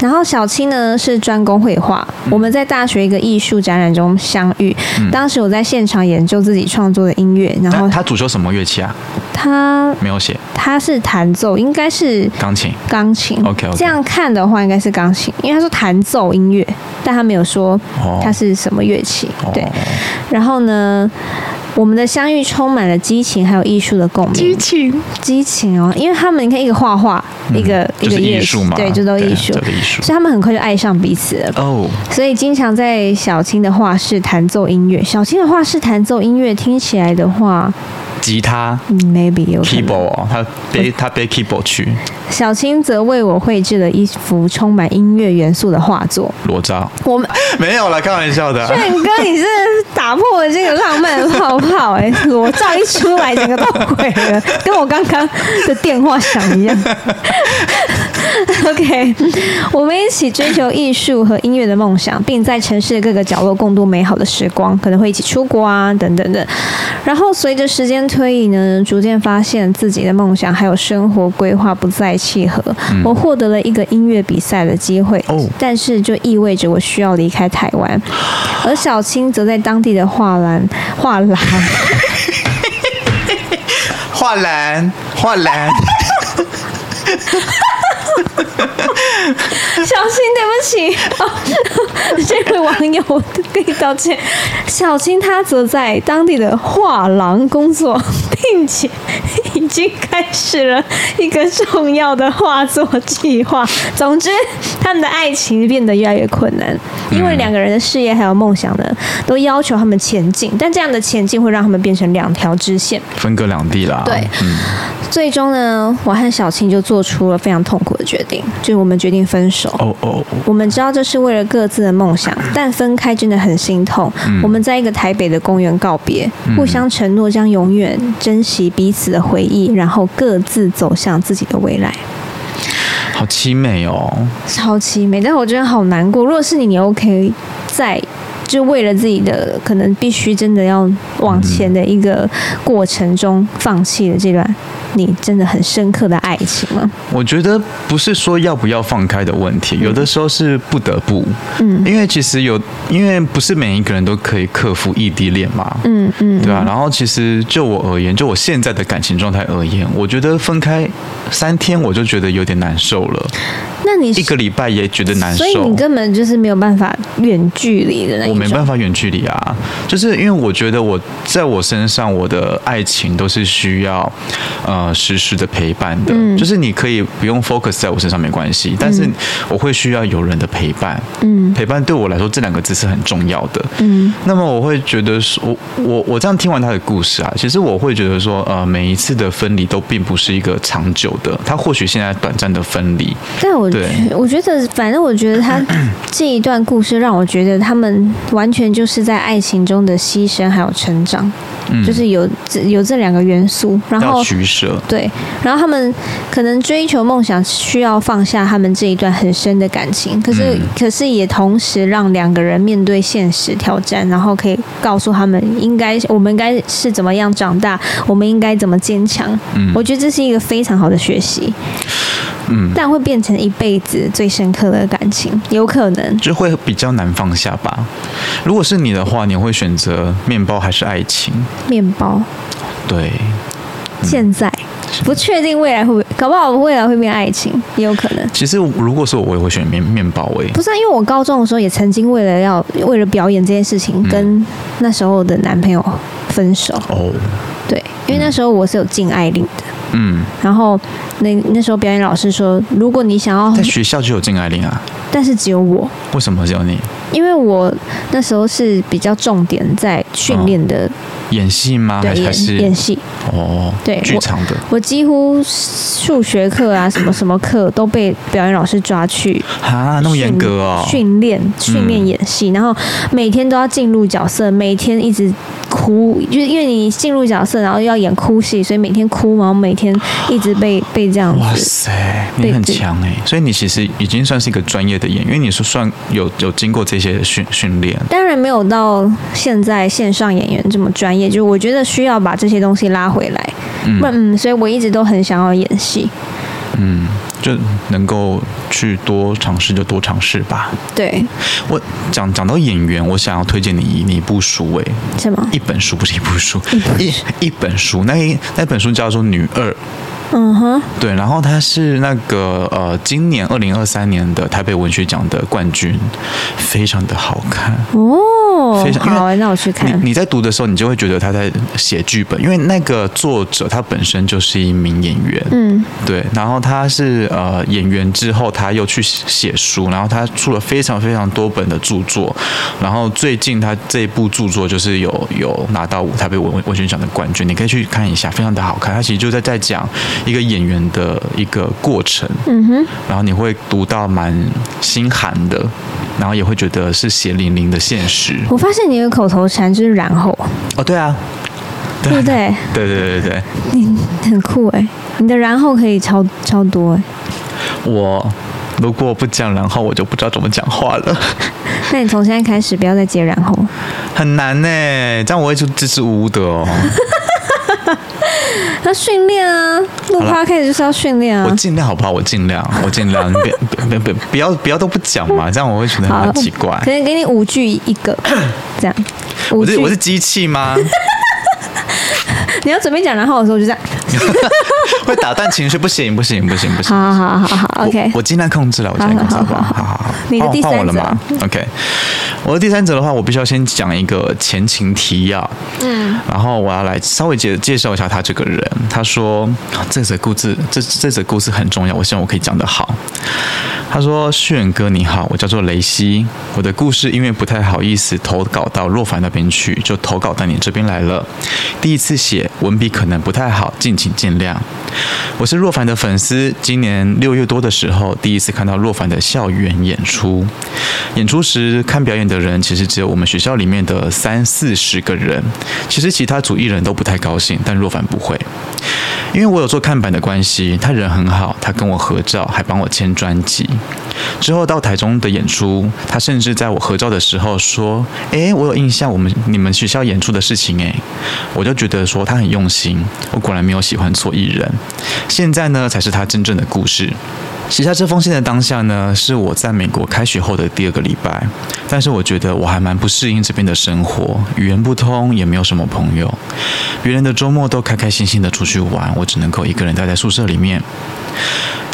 Speaker 1: 然后小青呢是专攻绘画，我们在大学一个艺术展览中相遇。当时我在现场研究自己创作的音乐，然后
Speaker 2: 嗯那他主修什么乐器啊？
Speaker 1: 他
Speaker 2: 没有写，
Speaker 1: 他是弹奏，应该是
Speaker 2: 钢琴。
Speaker 1: 钢琴。
Speaker 2: OK，OK
Speaker 1: 这样看的话应该是钢琴，因为他说弹奏音乐，但他没有说
Speaker 2: 哦
Speaker 1: 他是什么乐器。
Speaker 2: 哦
Speaker 1: 对，然后呢，我们的相遇充满了激情，还有艺术的共鸣。激情，激情哦，因为他们你看，一个画画，一个一
Speaker 2: 嗯就
Speaker 1: 个
Speaker 2: 是
Speaker 1: 乐
Speaker 2: 艺
Speaker 1: 器
Speaker 2: 术嘛，
Speaker 1: 对，就都艺术
Speaker 2: 对，。就是艺术。
Speaker 1: 所以他们很快就爱上彼此了。
Speaker 2: 哦，
Speaker 1: 所以经常在小青的画室弹奏音乐。小青的画室弹奏音乐，听起来的话，
Speaker 2: 吉他、
Speaker 1: 嗯，maybe 有可
Speaker 2: keyboard，
Speaker 1: 能。
Speaker 2: 哦他背他背 keyboard 去
Speaker 1: 小青则为我绘制了一幅充满音乐元素的画作。[LAUGHS]
Speaker 2: 裸照，
Speaker 1: 我们
Speaker 2: 没有啦，开玩笑的啊。
Speaker 1: 炫哥，你是打破了这个浪漫的泡泡 [LAUGHS] 哎、裸照一出来，整个都毁了，跟我刚刚的电话响一样。 [LAUGHS] OK，我们一起追求艺术和音乐的梦想，并在城市的各个角落共度美好的时光，可能会一起出国啊，等等的。然后随着时间推移呢，逐渐发现自己的梦想还有生活规划不再契合。我获得了一个音乐比赛的机会，
Speaker 2: 哦
Speaker 1: 但是就意味着我需要离开台湾。而小青则在当地的画廊，画廊，
Speaker 2: 画兰，画兰，
Speaker 1: 小青，对不起，哦， [LAUGHS] 这位网友，我跟你道歉。小青她则在当地的画廊工作，并且已经开始了一个重要的画作计划。总之，他们的爱情变得越来越困难，因为两个人的事业还有梦想呢，都要求他们前进，但这样的前进会让他们变成两条支线。
Speaker 2: [LAUGHS] 分隔两地啦。
Speaker 1: 对
Speaker 2: 嗯，
Speaker 1: 最终呢，我和小青就做出了非常痛苦的决定，就是我们决定分手。
Speaker 2: 哦哦，哦
Speaker 1: 我们知道这是为了各自的梦想，
Speaker 2: 嗯
Speaker 1: 但分开真的很心痛。我们在一个台北的公园告别，
Speaker 2: 嗯
Speaker 1: 互相承诺将永远珍惜彼此的回忆，然后各自走向自己的未来。
Speaker 2: 嗯好凄美哦。
Speaker 1: 超凄美，但是我觉得好难过。如果是你，你 OK 在就为了自己的可能必须真的要往前的一个过程中放弃了这段你真的很深刻的爱情吗？
Speaker 2: 我觉得不是说要不要放开的问题，有的时候是不得不，
Speaker 1: 嗯
Speaker 2: 因为其实有，因为不是每一个人都可以克服异地恋嘛，
Speaker 1: 嗯嗯，
Speaker 2: 对吧、啊然后其实就我而言，就我现在的感情状态而言，我觉得分开三天我就觉得有点难受了，
Speaker 1: 那你
Speaker 2: 一个礼拜也觉得难受。
Speaker 1: 所以你根本就是没有办法远距离的那一
Speaker 2: 我
Speaker 1: 种。
Speaker 2: 没办法远距离啊，就是因为我觉得我在我身上，我的爱情都是需要呃实时的陪伴的，
Speaker 1: 嗯
Speaker 2: 就是你可以不用 focus 在我身上没关系，但是我会需要有人的陪伴，
Speaker 1: 嗯
Speaker 2: 陪伴对我来说这两个字是很重要的，
Speaker 1: 嗯
Speaker 2: 那么我会觉得说，我我我这样听完他的故事啊，其实我会觉得说，呃，每一次的分离都并不是一个长久的，他或许现在短暂的分离，
Speaker 1: 但我觉
Speaker 2: 对
Speaker 1: [LAUGHS] 我觉得，反正我觉得
Speaker 2: [CLEARS THROAT]
Speaker 1: 他这一段故事让我觉得他们完全就是在爱情中的牺牲还有成长，
Speaker 2: 嗯，
Speaker 1: 就是有这有这两个元素。然
Speaker 2: 要
Speaker 1: 后
Speaker 2: 取舍，
Speaker 1: 对，然后他们可能追求梦想需要放下他们这一段很深的感情，可是、
Speaker 2: 嗯
Speaker 1: 可是也同时让两个人面对现实挑战，然后可以告诉他们应该我们应该是怎么样长大，我们应该怎么坚强。
Speaker 2: 嗯
Speaker 1: 我觉得这是一个非常好的学习。
Speaker 2: 嗯，
Speaker 1: 但会变成一辈子最深刻的感情，有可能。
Speaker 2: 就会比较难放下吧。如果是你的话，你会选择面包还是爱情？
Speaker 1: 面包
Speaker 2: 对，嗯
Speaker 1: 现在不确定未来会不会，搞不好未来会变爱情，也有可能。
Speaker 2: 其实如果是我，我也会选面面包欸诶、
Speaker 1: 不是、啊，因为我高中的时候也曾经为了要为了表演这件事情，
Speaker 2: 嗯
Speaker 1: 跟那时候的男朋友分手。
Speaker 2: 哦，
Speaker 1: 对，因为那时候我是有禁爱令的。
Speaker 2: 嗯，
Speaker 1: 然后那那时候表演老师说，如果你想要
Speaker 2: 在，学校就有禁爱令啊？
Speaker 1: 但是只有我，
Speaker 2: 为什么只有你
Speaker 1: 因为我那时候是比较重点在训练的，
Speaker 2: 演戏吗？
Speaker 1: 对
Speaker 2: 哦还还
Speaker 1: 演演
Speaker 2: 是
Speaker 1: 戏。
Speaker 2: 哦，
Speaker 1: 对
Speaker 2: 剧
Speaker 1: 我
Speaker 2: 场的
Speaker 1: 我几乎数学课啊，什么什么课都被表演老师抓去
Speaker 2: 啊？那么严格哦？
Speaker 1: 训练训练演戏，然后每天都要进入角色，每天一直哭，就是因为你进入角色，然后要演哭戏，所以每天哭嘛，然后每天一直被被这样
Speaker 2: 哇
Speaker 1: 子。
Speaker 2: 塞，
Speaker 1: 对
Speaker 2: 你很
Speaker 1: 对
Speaker 2: 强诶！所以你其实已经算是一个专业的演员，因为你是算有有经过这些训训练。
Speaker 1: 当然没有到现在线上演员这么专业，就是我觉得需要把这些东西拉回来。
Speaker 2: 嗯
Speaker 1: 不然嗯，所以我一直都很想要演戏。
Speaker 2: 嗯，就能够去多尝试就多尝试吧。
Speaker 1: 对，
Speaker 2: 我讲讲到演员，我想要推荐你一你一部书、诶，
Speaker 1: 什么？
Speaker 2: 一本书不是一部书，一一本书，那一那本书叫做《女二》，
Speaker 1: 嗯哼，
Speaker 2: 对，然后她是那个呃，今年二零二三年的台北文学奖的冠军，非常的好看。
Speaker 1: 哦
Speaker 2: 非，常因为
Speaker 1: 好、欸，那我去看。
Speaker 2: 你你在读的时候，你就会觉得她在写剧本，因为那个作者他本身就是一名演员，
Speaker 1: 嗯
Speaker 2: 对，然后他是呃演员之后，他又去写书，然后他出了非常非常多本的著作，然后最近他这一部著作就是有有拿到台北文文学奖的冠军，你可以去看一下，非常的好看。他其实就在在讲一个演员的一个过程，
Speaker 1: 嗯哼。
Speaker 2: 然后你会读到蛮心寒的，然后也会觉得是血淋淋的现实。
Speaker 1: 我发现你有口头禅就是“然后
Speaker 2: 哦，对啊，”，
Speaker 1: 对不对？
Speaker 2: 对对对对对，
Speaker 1: 嗯欸很酷哎、你的“然后”可以超超多哎、
Speaker 2: 我如果不讲然后，我就不知道怎么讲话了， [LAUGHS]
Speaker 1: 那你从现在开始不要再接然后。
Speaker 2: 很难呢、这样我会就支支吾吾的
Speaker 1: [LAUGHS]
Speaker 2: 哦。
Speaker 1: 那训练啊，录
Speaker 2: 好了
Speaker 1: podcast 就是要训练啊
Speaker 2: 我。尽量好不好？我尽量，我尽量，你别别别别不要不要都不讲嘛，这样我会觉得
Speaker 1: 好
Speaker 2: 很奇怪
Speaker 1: 可。能给你五句一个，这样。五
Speaker 2: [COUGHS] 我是
Speaker 1: 句
Speaker 2: 我是机器
Speaker 1: [LAUGHS]
Speaker 2: 吗？
Speaker 1: 你要准备讲然后的时候我就这样。
Speaker 2: 会打断情绪？不行不行不行不行。
Speaker 1: 好好好好好
Speaker 2: 我
Speaker 1: ，OK
Speaker 2: 我。尽量控制了，我尽量控制，好不好？好好好。
Speaker 1: 你的
Speaker 2: 换
Speaker 1: 第三
Speaker 2: 换我了
Speaker 1: 者
Speaker 2: 吗？OK，我的第三者的话，我必须要先讲一个前情提要。
Speaker 1: 嗯，
Speaker 2: 然后我要来稍微介介绍一下他这个人。他说这则故事，这这则故事很重要，我希望我可以讲得好。他说：“旭远哥你好，我叫做雷西，我的故事因为不太好意思投稿到若凡那边去，就投稿到你这边来了。第一次写，文笔可能不太好，敬请见谅。我是若凡的粉丝，今年六月多的时候，第一次看到若凡的校园演出。演出时看表演的人，其实只有我们学校里面的三四十个人。其实其他组艺人都不太高兴，但若凡不会，因为我有做看板的关系，他人很好，他跟我合照，还帮我签专辑。之后到台中的演出，他甚至在我合照的时候说：“诶，我有印象我们你们学校演出的事情。”诶，我就觉得说他很用心，我果然没有喜欢错艺人。现在呢，才是他真正的故事。写下这封信的当下呢，是我在美国开学后的第二个礼拜，但是我觉得我还蛮不适应这边的生活，语言不通，也没有什么朋友。别人的周末都开开心心的出去玩，我只能够一个人待在宿舍里面。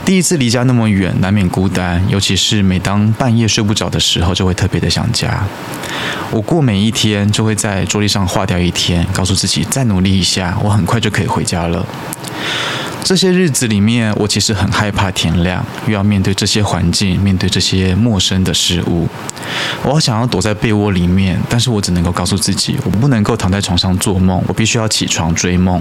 Speaker 2: 第一次离家那么远，难免孤单，尤其是每当半夜睡不着的时候，就会特别的想家。我过每一天就会在桌历上划掉一天，告诉自己再努力一下，我很快就可以回家了。这些日子里面，我其实很害怕天亮，又要面对这些环境，面对这些陌生的事物。我好想要躲在被窝里面，但是我只能够告诉自己，我不能够躺在床上做梦，我必须要起床追梦。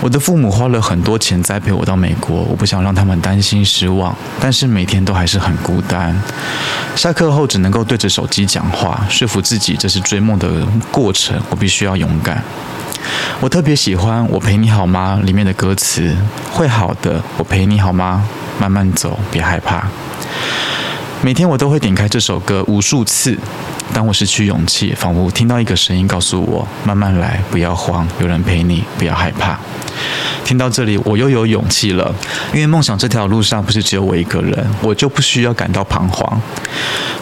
Speaker 2: 我的父母花了很多钱栽培我到美国，我不想让他们担心失望，但是每天都还是很孤单。下课后只能够对着手机讲话，说服自己这是追梦的过程，我必须要勇敢。我特别喜欢《我陪你好吗》里面的歌词，会好的，我陪你好吗？慢慢走，别害怕。每天我都会点开这首歌无数次，当我失去勇气，仿佛听到一个声音告诉我：慢慢来，不要慌，有人陪你，不要害怕。听到这里，我又有勇气了，因为梦想这条路上不是只有我一个人，我就不需要感到彷徨。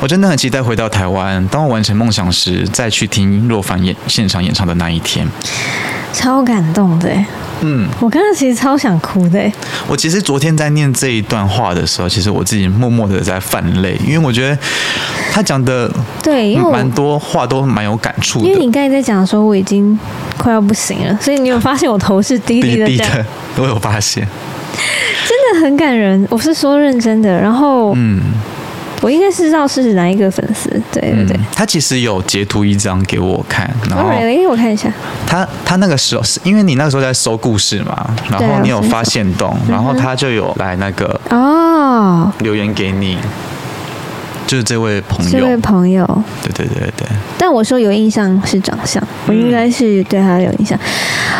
Speaker 2: 我真的很期待回到台湾，当我完成梦想时，再去听若凡演现场演唱的那一天。
Speaker 1: 超感动的欸，
Speaker 2: 嗯，
Speaker 1: 我刚刚其实超想哭的欸。
Speaker 2: 我其实昨天在念这一段话的时候，其实我自己默默的在泛泪，因为我觉得他讲的
Speaker 1: 对，因为我
Speaker 2: 蛮多话都蛮有感触
Speaker 1: 因为
Speaker 2: 的。
Speaker 1: 你刚才在讲的时候，我已经快要不行了，所以你有发现我头是低低
Speaker 2: 滴
Speaker 1: 的，
Speaker 2: 滴
Speaker 1: 这样
Speaker 2: 的， [LAUGHS] 我有发现，
Speaker 1: 真的很感人。我是说认真的，然后
Speaker 2: 嗯，
Speaker 1: 我应该是知道是哪一个粉丝，对对对
Speaker 2: 嗯。他其实有截图一张给我看，然
Speaker 1: 哦
Speaker 2: 后
Speaker 1: really？我看一下，
Speaker 2: 他他那个时候是因为你那个时候在搜故事嘛，然
Speaker 1: 对啊嗯
Speaker 2: 后你有
Speaker 1: 我搜
Speaker 2: 发现动，然后他就有来那个
Speaker 1: 哦，
Speaker 2: 留言给你，就是这位朋
Speaker 1: 这
Speaker 2: 友，
Speaker 1: 位朋友，
Speaker 2: 对对对对，
Speaker 1: 但我说有印象是长
Speaker 2: 嗯
Speaker 1: 相，我应该是对他有印象。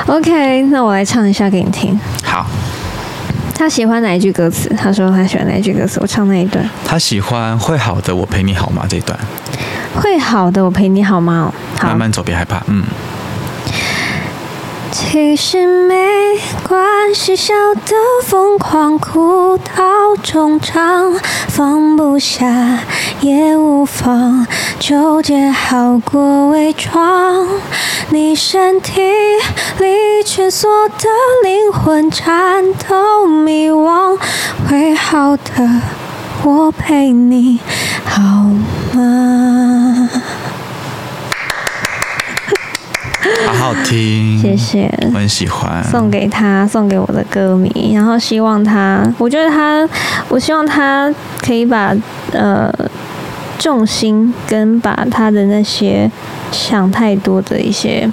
Speaker 1: OK，那我来唱一下给你听。
Speaker 2: 好，
Speaker 1: 他喜欢哪一句歌词？他说他喜欢哪一句歌词？我唱那一段。
Speaker 2: 他喜欢会好的，我陪你好吗这一段，
Speaker 1: 会好的，我陪你好吗？好，
Speaker 2: 慢慢走，别害怕，嗯，
Speaker 1: 其实没关系，笑得疯狂，哭到中场，放不下也无妨，纠结好过伪装。你身体里蜷缩的灵魂颤抖迷惘，会好的，我陪你好吗？
Speaker 2: 好好听，
Speaker 1: 谢谢。
Speaker 2: 我很喜欢，
Speaker 1: 送给他，送给我的歌迷，然后希望他，我觉得他，我希望他可以把呃重心跟把他的那些想太多的一些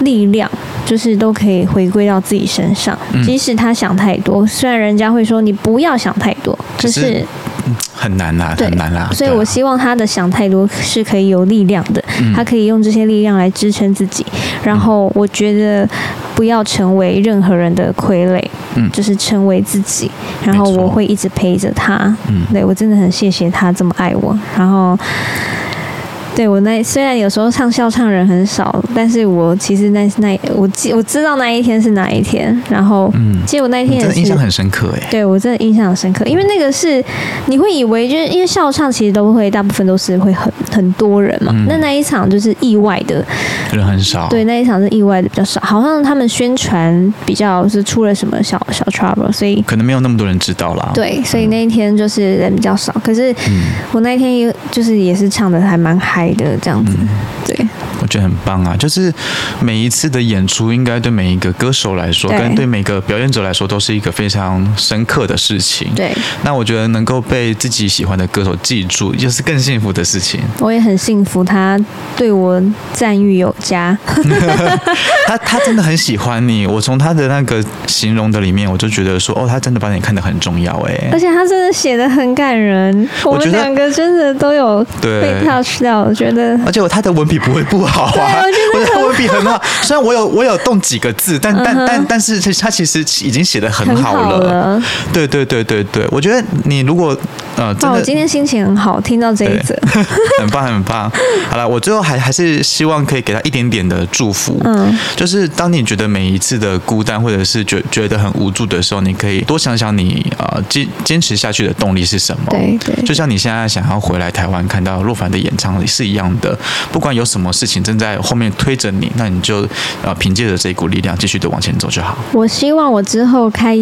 Speaker 1: 力量。就是都可以回归到自己身上，
Speaker 2: 嗯
Speaker 1: 即使他想太多，虽然人家会说你不要想太多，就
Speaker 2: 其实
Speaker 1: 是
Speaker 2: 嗯很难啦，
Speaker 1: 对
Speaker 2: 很难啦，
Speaker 1: 所以
Speaker 2: 对啊嗯
Speaker 1: 我希望他的想太多是可以有力量的，他可以用这些力量来支撑自己。然后我觉得不要成为任何人的傀儡，
Speaker 2: 嗯
Speaker 1: 就是成为自己。然后
Speaker 2: 没错
Speaker 1: 我会一直陪着他，
Speaker 2: 嗯
Speaker 1: 对我真的很谢谢他这么爱我。然后。对我那虽然有时候唱笑唱人很少，但是我其实那那我记我知道那一天是哪一天，然后
Speaker 2: 嗯
Speaker 1: 其实我那一天
Speaker 2: 你
Speaker 1: 也
Speaker 2: 真
Speaker 1: 是
Speaker 2: 的印象很深刻哎。
Speaker 1: 对我真的印象很深刻，因为那个是你会以为就是因为笑唱其实都会大部分都是会很很多人嘛，
Speaker 2: 嗯
Speaker 1: 那那一场就是意外的，
Speaker 2: 人很少，
Speaker 1: 对，那一场是意外的比较少，好像他们宣传比较是出了什么小小 trouble，所以
Speaker 2: 可能没有那么多人知道啦。，
Speaker 1: 对，所以那一天就是人比较少，可是
Speaker 2: 嗯，
Speaker 1: 我那一天也就是也是唱的还蛮嗨的这样子，对
Speaker 2: 我觉得很棒啊！就是每一次的演出，应该对每一个歌手来说，
Speaker 1: 对
Speaker 2: 跟对每个表演者来说，都是一个非常深刻的事情。
Speaker 1: 对，
Speaker 2: 那我觉得能够被自己喜欢的歌手记住，就是更幸福的事情。
Speaker 1: 我也很幸福，他对我赞誉有加，
Speaker 2: 他他真的很喜欢你，我从他的那个形容的里面，我就觉得说，哦，他真的把你看得很重要哎
Speaker 1: [LAUGHS] 而。且他真的写的很感人，我
Speaker 2: 我觉
Speaker 1: 们
Speaker 2: 得
Speaker 1: 两个真的都有
Speaker 2: 对
Speaker 1: 被 touch 到，我觉得
Speaker 2: 而且我他的文笔不会不好啊，我觉得他文笔很好。虽然我有我有动几个字，但但但但是他其实已经写的很
Speaker 1: 嗯很
Speaker 2: 好
Speaker 1: 好了。
Speaker 2: 对对对对对，我觉得你如果呃真
Speaker 1: 哇，我
Speaker 2: 的
Speaker 1: 今天心情很好，听到这一
Speaker 2: 对
Speaker 1: 则，
Speaker 2: [LAUGHS] 很棒很棒。好了，我最后还还是希望可以给他一点点的祝福。
Speaker 1: 嗯，
Speaker 2: 就是当你觉得每一次的孤单，或者是觉觉得很无助的时候，你可以多想想你呃坚坚持下去的动力是什么。
Speaker 1: 对对
Speaker 2: 就像你现在想要回来台湾看到洛凡的演唱是一样的，不管有什么事情正在后面推着你，那你就呃凭借着这股力量继续的往前走就好。
Speaker 1: 我希望我之后开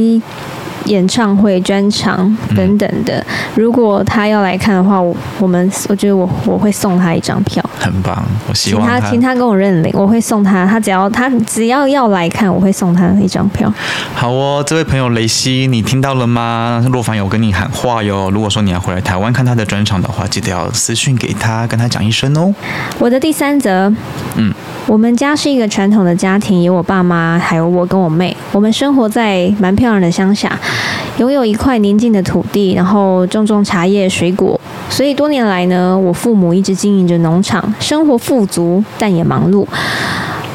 Speaker 1: 演唱会、专场
Speaker 2: 嗯
Speaker 1: 等等的，如果他要来看的话，我我们我觉得我我会送他一张票，
Speaker 2: 很棒，我希
Speaker 1: 请
Speaker 2: 望
Speaker 1: 他请他跟我认领，我会送他，他只要他只要要来看，我会送他一张票。
Speaker 2: 好哦，这位朋友雷西，你听到了吗？若凡有跟你喊话哟。如果说你要回来台湾看他的专场的话，记得要私讯给他，跟他讲一声哦。
Speaker 1: 我的第三则，
Speaker 2: 嗯，
Speaker 1: 我们家是一个传统的家庭，有我爸妈，还有我跟我妹。我们生活在蛮漂亮的乡下，拥有一块宁静的土地，然后种种茶叶、水果。所以多年来呢，我父母一直经营着农场，生活富足，但也忙碌。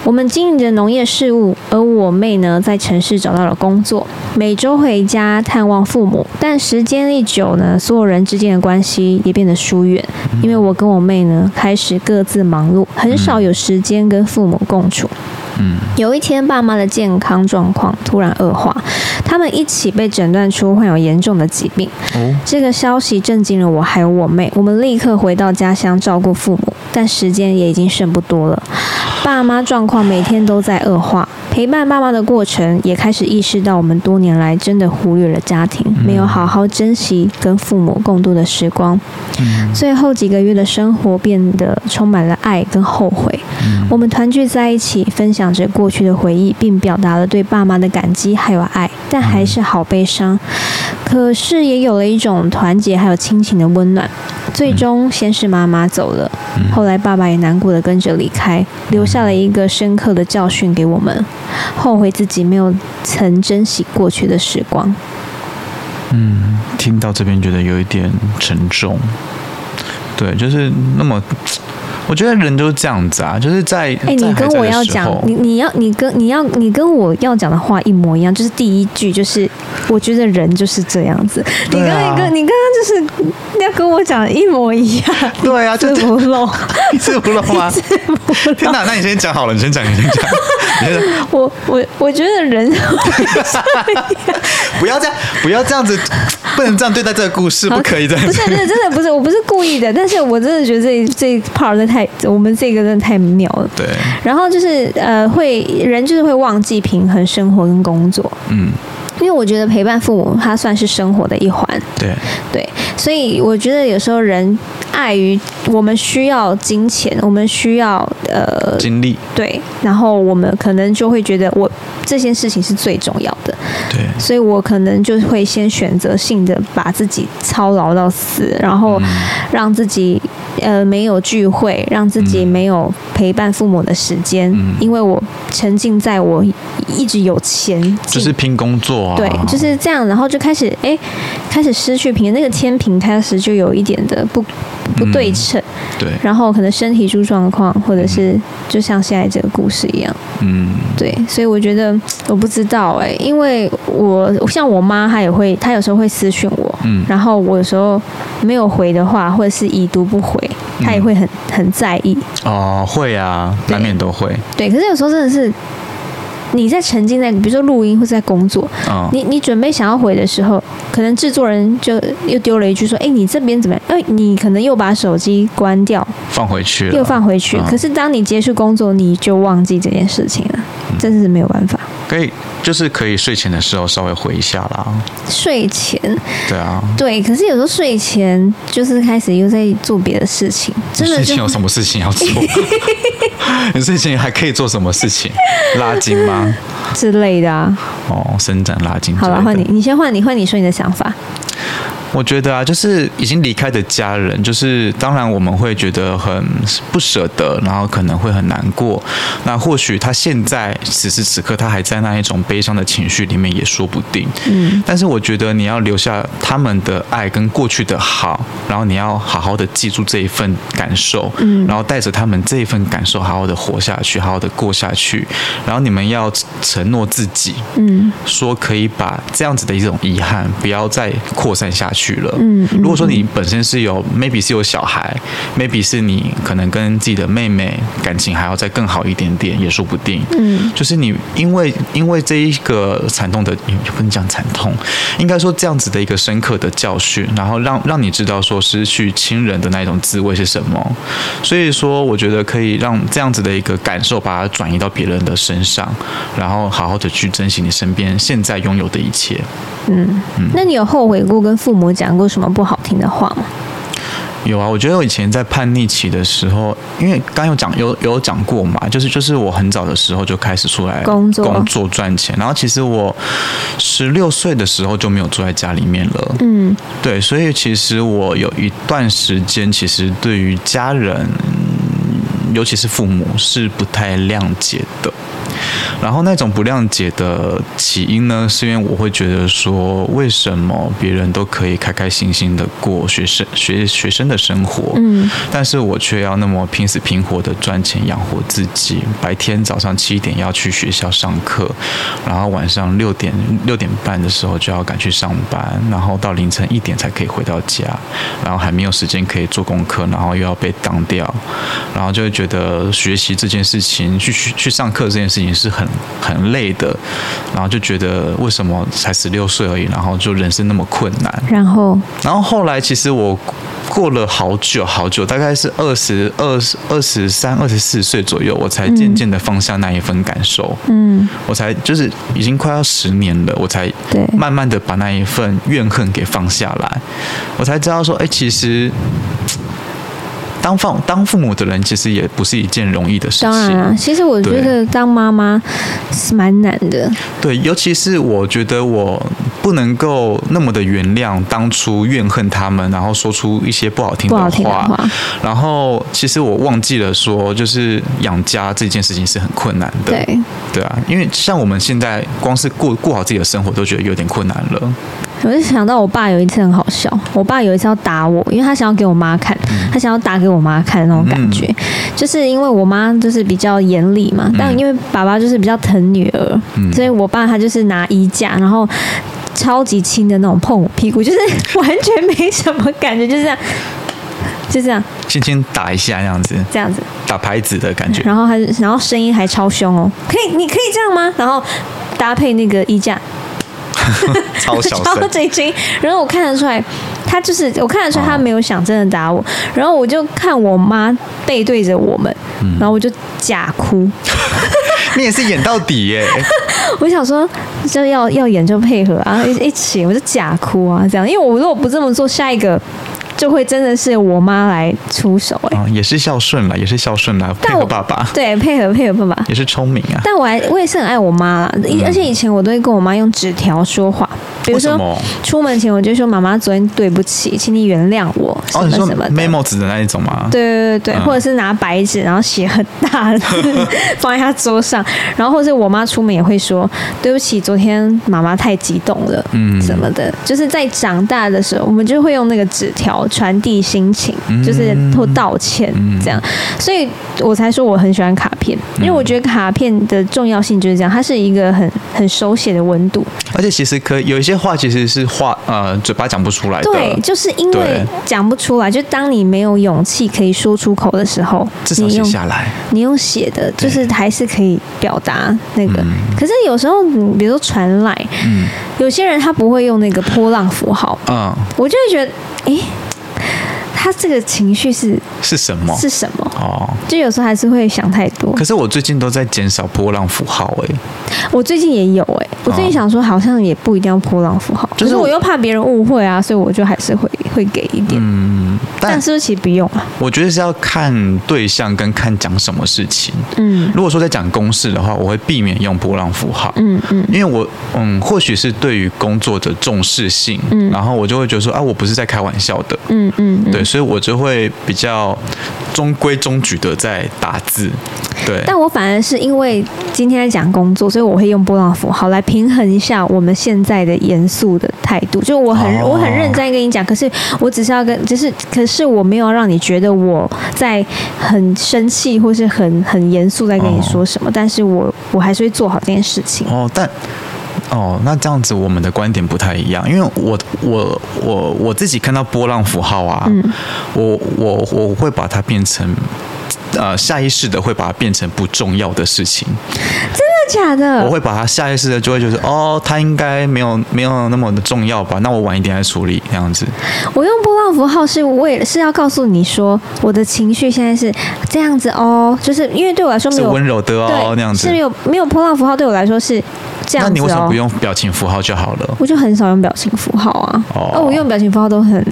Speaker 1: 我们经营着农业事务，而我妹呢，在城市找到了工作，每周回家探望父母。但时间一久呢，所有人之间的关系也变得疏远，因为我跟我妹呢，开始各自忙碌，很少有时间跟父母共处。
Speaker 2: 嗯，
Speaker 1: 有一天，爸妈的健康状况突然恶化，他们一起被诊断出患有严重的疾病。
Speaker 2: 哦，
Speaker 1: 这个消息震惊了我还有我妹，我们立刻回到家乡照顾父母，但时间也已经剩不多了。爸妈状况每天都在恶化，陪伴爸妈的过程也开始意识到我们多年来真的忽略了家庭，没有好好珍惜跟父母共度的时光。
Speaker 2: 嗯
Speaker 1: 最后几个月的生活变得充满了爱跟后悔。
Speaker 2: 嗯
Speaker 1: 我们团聚在一起，分享着过去的回忆，并表达了对爸妈的感激还有爱，但还是好悲伤。可是也有了一种团结还有亲情的温暖。最终，先是妈妈走了，后来爸爸也难过的跟着离开，留下了一个深刻的教训给我们，后悔自己没有曾珍惜过去的时光。
Speaker 2: 嗯，听到这边觉得有一点沉重。对，就是那么，我觉得人就是这样子啊，就是在
Speaker 1: 哎、
Speaker 2: 在
Speaker 1: 你
Speaker 2: 还
Speaker 1: 跟
Speaker 2: 在
Speaker 1: 我
Speaker 2: 的
Speaker 1: 要
Speaker 2: 时
Speaker 1: 讲
Speaker 2: 候，
Speaker 1: 你你要你跟你要你跟我要讲的话一模一样，就是第一句就是，我觉得人就是这样子。你
Speaker 2: 对
Speaker 1: 刚
Speaker 2: 啊
Speaker 1: 刚跟你刚刚就是要跟我讲的一模一样，
Speaker 2: 对啊，就
Speaker 1: 字不漏，
Speaker 2: [LAUGHS] 你吃不了
Speaker 1: [LAUGHS]
Speaker 2: 吗？
Speaker 1: 字不漏。
Speaker 2: 天哪，那你先讲好了，你先讲，你先
Speaker 1: [LAUGHS]
Speaker 2: 讲，你先讲
Speaker 1: 我我我觉得
Speaker 2: [LAUGHS]
Speaker 1: 人，
Speaker 2: 不要这样，不要这样子，不能这样对待这个故事，不可以这样
Speaker 1: 不
Speaker 2: 子
Speaker 1: 是。不是真的不是，我不是故意的，但是我真的觉得这这一 part 真的太，我们这个真的太妙了。
Speaker 2: 对，
Speaker 1: 然后就是呃，会人就是会忘记平衡生活跟工作，
Speaker 2: 嗯，
Speaker 1: 因为我觉得陪伴父母，它算是生活的一环。
Speaker 2: 对，
Speaker 1: 对，所以我觉得有时候人碍于我们需要金钱，我们需要呃
Speaker 2: 经历，
Speaker 1: 对，然后我们可能就会觉得我这件事情是最重要的，
Speaker 2: 对，
Speaker 1: 所以我可能就哦
Speaker 2: 嗯
Speaker 1: 会先选择性的把自己操劳到死，然后让自己呃没有聚会，让自
Speaker 2: 嗯
Speaker 1: 己没有陪伴父母的时间，因为我沉浸在我一直有钱进
Speaker 2: 就是拼工作啊，
Speaker 1: 对，就是这样，然后就开始哎、开始失去平衡，那个天平开始就有一点的不不对称，
Speaker 2: 对，
Speaker 1: 然后可能身体出状况，或者是就像现在这个故事一样，
Speaker 2: 嗯
Speaker 1: 对，所以我觉得我不知道哎、因为我像我妈，她也会，她有时候会私讯我，
Speaker 2: 嗯
Speaker 1: 然后我有时候没有回的话，或者是已读不回，
Speaker 2: 嗯
Speaker 1: 她也会很很在意，
Speaker 2: 哦，会啊，
Speaker 1: 对
Speaker 2: 难免都会，
Speaker 1: 对，可是有时候真的是。你在沉浸在，比如说录音或是在工作，
Speaker 2: 嗯，
Speaker 1: 你你准备想要回的时候，可能制作人就又丢了一句说：“哎、你这边怎么样？”哎、你可能又把手机关掉，
Speaker 2: 放回去了，
Speaker 1: 又放回去。
Speaker 2: 嗯
Speaker 1: 可是当你结束工作，你就忘记这件事情了，真是没有办法。
Speaker 2: 可以，就是可以睡前的时候稍微回一下啦，
Speaker 1: 睡前
Speaker 2: 对啊，
Speaker 1: 对，可是有时候睡前就是开始又在做别的事情，真的
Speaker 2: 睡
Speaker 1: 就
Speaker 2: 前有什么事情要做？你睡前还可以做什么事情？拉筋吗？
Speaker 1: [LAUGHS] 之类的啊。
Speaker 2: 哦，伸展拉筋。
Speaker 1: 好了，换你，。你先换你，换你说你的想法。
Speaker 2: 我觉得啊，就是已经离开的家人，就是当然我们会觉得很不舍得，然后可能会很难过。那或许他现在此时此刻他还在那一种悲伤的情绪里面也说不定。嗯，但是我觉得你要留下他们的爱跟过去的好，然后你要好好的记住这一份感受，嗯，然后带着他们这一份感受好好的活下去，好好的过下去。然后你们要承诺自己，
Speaker 1: 嗯
Speaker 2: 说可以把这样子的一种遗憾不要再扩散下去了。
Speaker 1: 嗯嗯
Speaker 2: 如果说你本身是有 maybe 是有小孩，maybe 是你可能跟自己的妹妹感情还要再更好一点点，也说不定。
Speaker 1: 嗯
Speaker 2: 就是你因为因为这一个惨痛的，也不能讲惨痛，应该说这样子的一个深刻的教训，然后让让你知道说失去亲人的那一种滋味是什么。所以说，我觉得可以让这样子的一个感受，把它转移到别人的身上，然后好好的去珍惜你身边现在拥有的一切。
Speaker 1: 嗯，那你有后悔过跟父母讲过什么不好听的话吗？
Speaker 2: 有啊，我觉得我以前在叛逆期的时候，因为刚有讲有有讲过嘛，就是就是我很早的时候就开始出来
Speaker 1: 工作
Speaker 2: 工作赚钱，然后其实我十六岁的时候就没有住在家里面了，
Speaker 1: 嗯
Speaker 2: 对，所以其实我有一段时间，其实对于家人，尤其是父母是不太谅解的。然后那种不谅解的起因呢，是因为我会觉得说，为什么别人都可以开开心心的过学生学学生的生活，
Speaker 1: 嗯
Speaker 2: 但是我却要那么拼死拼活的赚钱养活自己，白天早上七点要去学校上课，然后晚上六点六点半的时候就要赶去上班，然后到凌晨一点才可以回到家，然后还没有时间可以做功课，然后又要被当掉，然后就会觉得学习这件事情，去去去上课这件事情是很很累的，然后就觉得为什么才十六岁而已，然后就人生那么困难，
Speaker 1: 然后
Speaker 2: 然后后来其实我过了好久好久，大概是二十二、二十三、二十四岁左右，我才渐渐的放下那一份感受。
Speaker 1: 嗯，
Speaker 2: 我才就是已经快要十年了，我才
Speaker 1: 对
Speaker 2: 慢慢的把那一份怨恨给放下来，我才知道说，哎、其实。当父当父母的人，其实也不是一件容易的事情。
Speaker 1: 当然啊，其实我觉
Speaker 2: 对
Speaker 1: 得当妈妈是蛮难的。
Speaker 2: 对，尤其是我觉得我不能够那么的原谅当初怨恨他们，然后说出一些不好听
Speaker 1: 不
Speaker 2: 的话。
Speaker 1: 好听的话
Speaker 2: 然后其实我忘记了说，就是养家这件事情是很困难的。
Speaker 1: 对，
Speaker 2: 对啊，因为像我们现在光是过过好自己的生活都觉得有点困难了。
Speaker 1: 我就想到我爸有一次很好笑，我爸有一次要打我，因为他想要给我妈看，
Speaker 2: 嗯
Speaker 1: 他想要打给我妈看那种感觉，就是因为我妈就是比较严厉嘛，但因为爸爸就是比较疼女儿，
Speaker 2: 嗯
Speaker 1: 所以我爸他就是拿衣架，然后。超级轻的那种碰我屁股，就是 [LAUGHS] 完全没什么感觉，就是这样，就这样
Speaker 2: 轻轻打一下那样子，
Speaker 1: 这样子，
Speaker 2: 打牌子的
Speaker 1: [LAUGHS]
Speaker 2: 感觉。
Speaker 1: 然后他就，然后声音还超凶哦，可以，你可以这样吗？然后搭配那个衣架，
Speaker 2: 超小
Speaker 1: 超
Speaker 2: 声，
Speaker 1: 震惊。然后我看得出来，他就是我看得出
Speaker 2: 啊
Speaker 1: 来他没有想真的打我。然后我就看我妈背对着我们，
Speaker 2: 嗯
Speaker 1: 然后我就假哭。
Speaker 2: 你也是演到
Speaker 1: [LAUGHS]
Speaker 2: 底耶、
Speaker 1: 我想说，就要要演就配合啊，一一起，我就假哭啊，这样。因为我如果不这么做，下一个就会真的是我妈来出手哎、
Speaker 2: 啊、也是孝顺啦，也是孝顺啦，配
Speaker 1: 但我
Speaker 2: 合爸爸，
Speaker 1: 对，配合配合爸爸。
Speaker 2: 也是聪明啊。
Speaker 1: 但我还我也是很爱我妈啦，以而且以前我都会跟我妈用纸条说话，比如
Speaker 2: 嗯为什
Speaker 1: 说
Speaker 2: 么
Speaker 1: 出门前我就说妈妈昨天对不起，请你原谅我什
Speaker 2: 哦，
Speaker 1: 么
Speaker 2: 你说
Speaker 1: 什么的。
Speaker 2: memo 纸的那一种吗？
Speaker 1: 对对对对，
Speaker 2: 嗯
Speaker 1: 或者是拿白纸，然后写很
Speaker 2: [LAUGHS]
Speaker 1: 大的 [LAUGHS] 字放在他桌上，然后或者是我妈出门也会说对不起，昨天妈妈太激动了，
Speaker 2: 嗯
Speaker 1: 嗯，什么的，就是在长大的时候，我们就会用那个纸条传递心情，
Speaker 2: 嗯
Speaker 1: 就是或道歉这样，所以我才说我很喜欢卡片，因
Speaker 2: 嗯
Speaker 1: 为我觉得卡片的重要性就是这样，它是一个很很手写的温度，
Speaker 2: 而且其实可以有一些话其实是话呃嘴巴讲不出来的，
Speaker 1: 对，就是因为
Speaker 2: 对
Speaker 1: 讲不出来，就当你没有勇气可以说出口的时候，
Speaker 2: 至少
Speaker 1: 你
Speaker 2: 写
Speaker 1: 用
Speaker 2: 下来。
Speaker 1: 你用写的，就
Speaker 2: 对
Speaker 1: 是还是可以表达那个。可是有时候，嗯比如说传来，
Speaker 2: 嗯
Speaker 1: 有些人他不会用那个波浪符号，
Speaker 2: 嗯，
Speaker 1: 我就会觉得，诶，他这个情绪是
Speaker 2: 是什么？
Speaker 1: 是什么？
Speaker 2: 哦，
Speaker 1: 就有时候还是会想太多
Speaker 2: 可。是我最近都在减少波浪符号哎、
Speaker 1: 我最近也有诶，我最近
Speaker 2: 哦
Speaker 1: 想说，好像也不一定要波浪符号，可
Speaker 2: 就是
Speaker 1: 是
Speaker 2: 我
Speaker 1: 我又怕别人误会啊，所以我就还是会会给一点。
Speaker 2: 嗯，但
Speaker 1: 但是不是其实不用啊？
Speaker 2: 我觉得是要看对象跟看讲什么事情。
Speaker 1: 嗯
Speaker 2: 如果说在讲公事的话，我会避免用波浪符号。
Speaker 1: 嗯嗯
Speaker 2: 因为我嗯，或许是对于工作的重视性，
Speaker 1: 嗯
Speaker 2: 然后我就会觉得说啊，我不是在开玩笑的，
Speaker 1: 嗯嗯嗯。
Speaker 2: 对，所以我就会比较中规中矩的在打字，对，
Speaker 1: 但我反而是因为今天在讲工作，所以我会用波浪符号来平衡一下我们现在的严肃的态度。就我很、
Speaker 2: 哦
Speaker 1: 我很认真地跟你讲，可是我只是要跟，只是可是我没有要让你觉得我在很生气或是很很严肃在跟你说什么，但是我我还是会做好这件事情。
Speaker 2: 哦，但哦，那这样子我们的观点不太一样，因为我我我我自己看到波浪符号啊，
Speaker 1: 嗯
Speaker 2: 我我我会把它变成。呃，下意识的会把它变成不重要的事情，
Speaker 1: 真的假的？
Speaker 2: 我会把它下意识的就会觉得，哦，它应该没有没有那么的重要吧，那我晚一点再处理这样子。
Speaker 1: 我用波浪符号是为了是要告诉你说我的情绪现在是这样子哦，就是因为对我来说没
Speaker 2: 是
Speaker 1: 有
Speaker 2: 温柔的哦
Speaker 1: 对，
Speaker 2: 那样子
Speaker 1: 是没。有没有波浪符号对我来说是这样子
Speaker 2: 那
Speaker 1: 哦。
Speaker 2: 你为什么不用表情符号就好
Speaker 1: [LAUGHS]
Speaker 2: 了？
Speaker 1: 我就很少用表情符号啊，
Speaker 2: 哦
Speaker 1: 哦，我用表情符号都很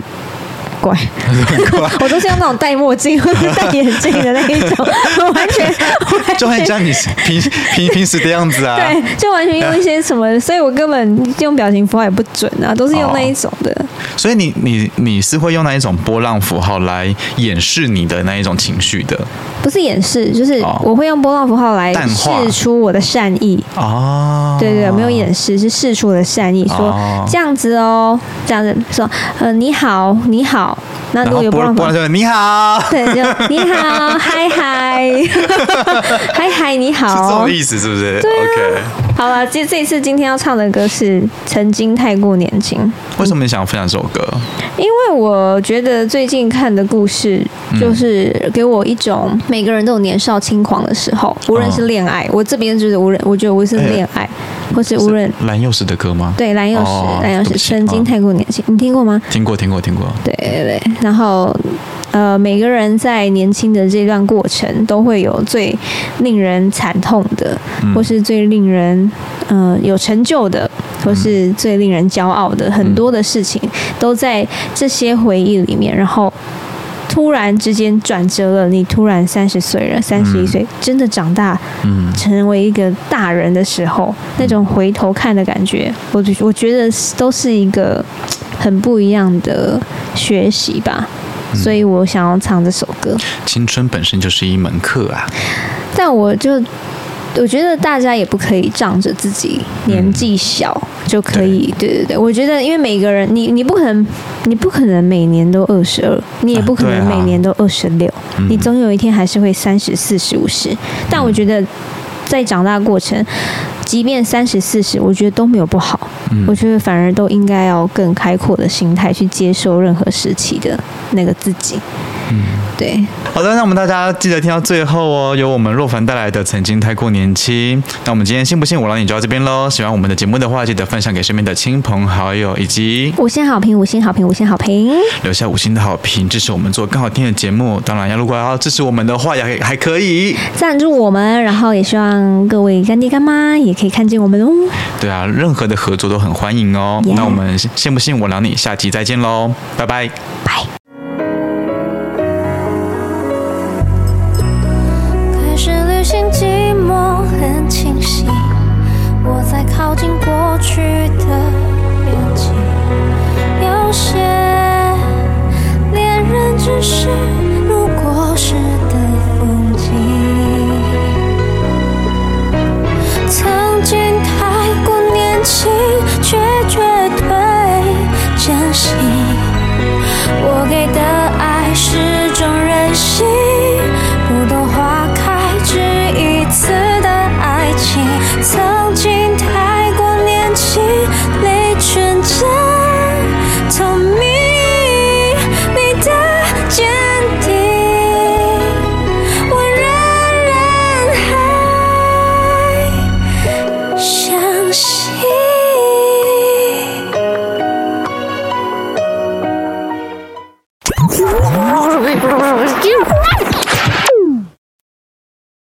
Speaker 1: 怪， [LAUGHS] 我都是用那种戴墨镜或者戴眼镜的那一
Speaker 2: [LAUGHS]
Speaker 1: 种，我完全完
Speaker 2: 就很像你平平平时的样子啊。
Speaker 1: 对，就完全用一些什么，所以我根本用表情符号也不准啊，都是用那一种的。
Speaker 2: 所以你你你是会用那一种波浪符号来掩饰你的那一种情绪的
Speaker 1: 不是掩饰，就是
Speaker 2: 哦
Speaker 1: 我会用波浪符号来
Speaker 2: 淡化
Speaker 1: 试出我的善意。
Speaker 2: 哦。
Speaker 1: 对对，没有掩饰，是试出我的善意，说
Speaker 2: 哦
Speaker 1: 这样子哦，这样子说，呃，你好，你好。那
Speaker 2: 然
Speaker 1: 如果
Speaker 2: 后
Speaker 1: 有
Speaker 2: 波
Speaker 1: 波浪
Speaker 2: 浪
Speaker 1: 符
Speaker 2: 波
Speaker 1: 号
Speaker 2: 浪，就你好， [LAUGHS] 是
Speaker 1: 对，就你好，嗨嗨， [LAUGHS] 嗨嗨，你
Speaker 2: 这
Speaker 1: 好啊
Speaker 2: 种。意思是不是？OK。
Speaker 1: 好了，这这一次今天要唱的歌是《曾经太过年轻》，
Speaker 2: 为什么你想分享这首歌？
Speaker 1: 因为我觉得最近看的故事，
Speaker 2: 嗯
Speaker 1: 就是给我一种每个人都有年少轻狂的时候，无论是恋爱，
Speaker 2: 哦
Speaker 1: 我这边就是无论，我觉得无论
Speaker 2: 哎
Speaker 1: 是恋爱，或是无论
Speaker 2: 是蓝幼时的歌吗？，
Speaker 1: 对蓝又时
Speaker 2: 哦，
Speaker 1: 蓝又
Speaker 2: 对
Speaker 1: 时
Speaker 2: 不起
Speaker 1: 曾经太过年轻，你听过吗？
Speaker 2: 听过听过听过。
Speaker 1: 对对对，然后呃，每个人在年轻的这段过程都会有最令人惨痛的，
Speaker 2: 嗯
Speaker 1: 或是最令人呃有成就的，或是最令人骄傲的，很多的事情都在这些回忆里面，然后。突然之间转折了，你突然三十岁了，三十一岁，真的长大，
Speaker 2: 嗯，
Speaker 1: 成为一个大人的时候，那种回头看的感觉，我觉我觉得是都是一个嘖很不一样的学习吧。
Speaker 2: 嗯
Speaker 1: 所以我想要唱这首歌，
Speaker 2: 青春本身就是一门课啊。
Speaker 1: 但我就我觉得大家也不可以仗着自己年纪小
Speaker 2: 嗯
Speaker 1: 就可以，对对对，我觉得因为每个人，你你不可能，你不可能每年都二十二，你也不可
Speaker 2: 啊
Speaker 1: 能
Speaker 2: 对啊
Speaker 1: 每年都二十六，
Speaker 2: 嗯
Speaker 1: 你总有一天还是会三十四十五十。但我觉得在长大过程，即便三十四十，我觉得都没有不好。
Speaker 2: 嗯
Speaker 1: 我觉得反而都应该要更开阔的心态去接受任何时期的那个自己。
Speaker 2: 嗯
Speaker 1: 对，
Speaker 2: 好的，那我们大家记得听到最后哦，由我们若凡带来的《曾经太过年轻》。那我们今天信不信我让你就到这边喽。喜欢我们的节目的话，记得分享给身边的亲朋好友，以及
Speaker 1: 五星好评，五星好评，五星好评。
Speaker 2: 留下五星的好评，支持我们做更好听的节目。当然，要如果要支持我们的话，也还还可以。
Speaker 1: 赞助我们，然后也希望各位干爹干妈也可以看见我们哦。
Speaker 2: 对啊，任何的合作都很欢迎哦。
Speaker 1: Yeah
Speaker 2: 那我们信不信我让你下集再见喽，拜拜。
Speaker 1: 拜。
Speaker 3: 开始旅行，寂寞很清晰。我在靠近过去的远些恋人只是路过时的风景。曾经太过年轻，却绝对珍惜。我给的爱是种任性，不懂花开只一次。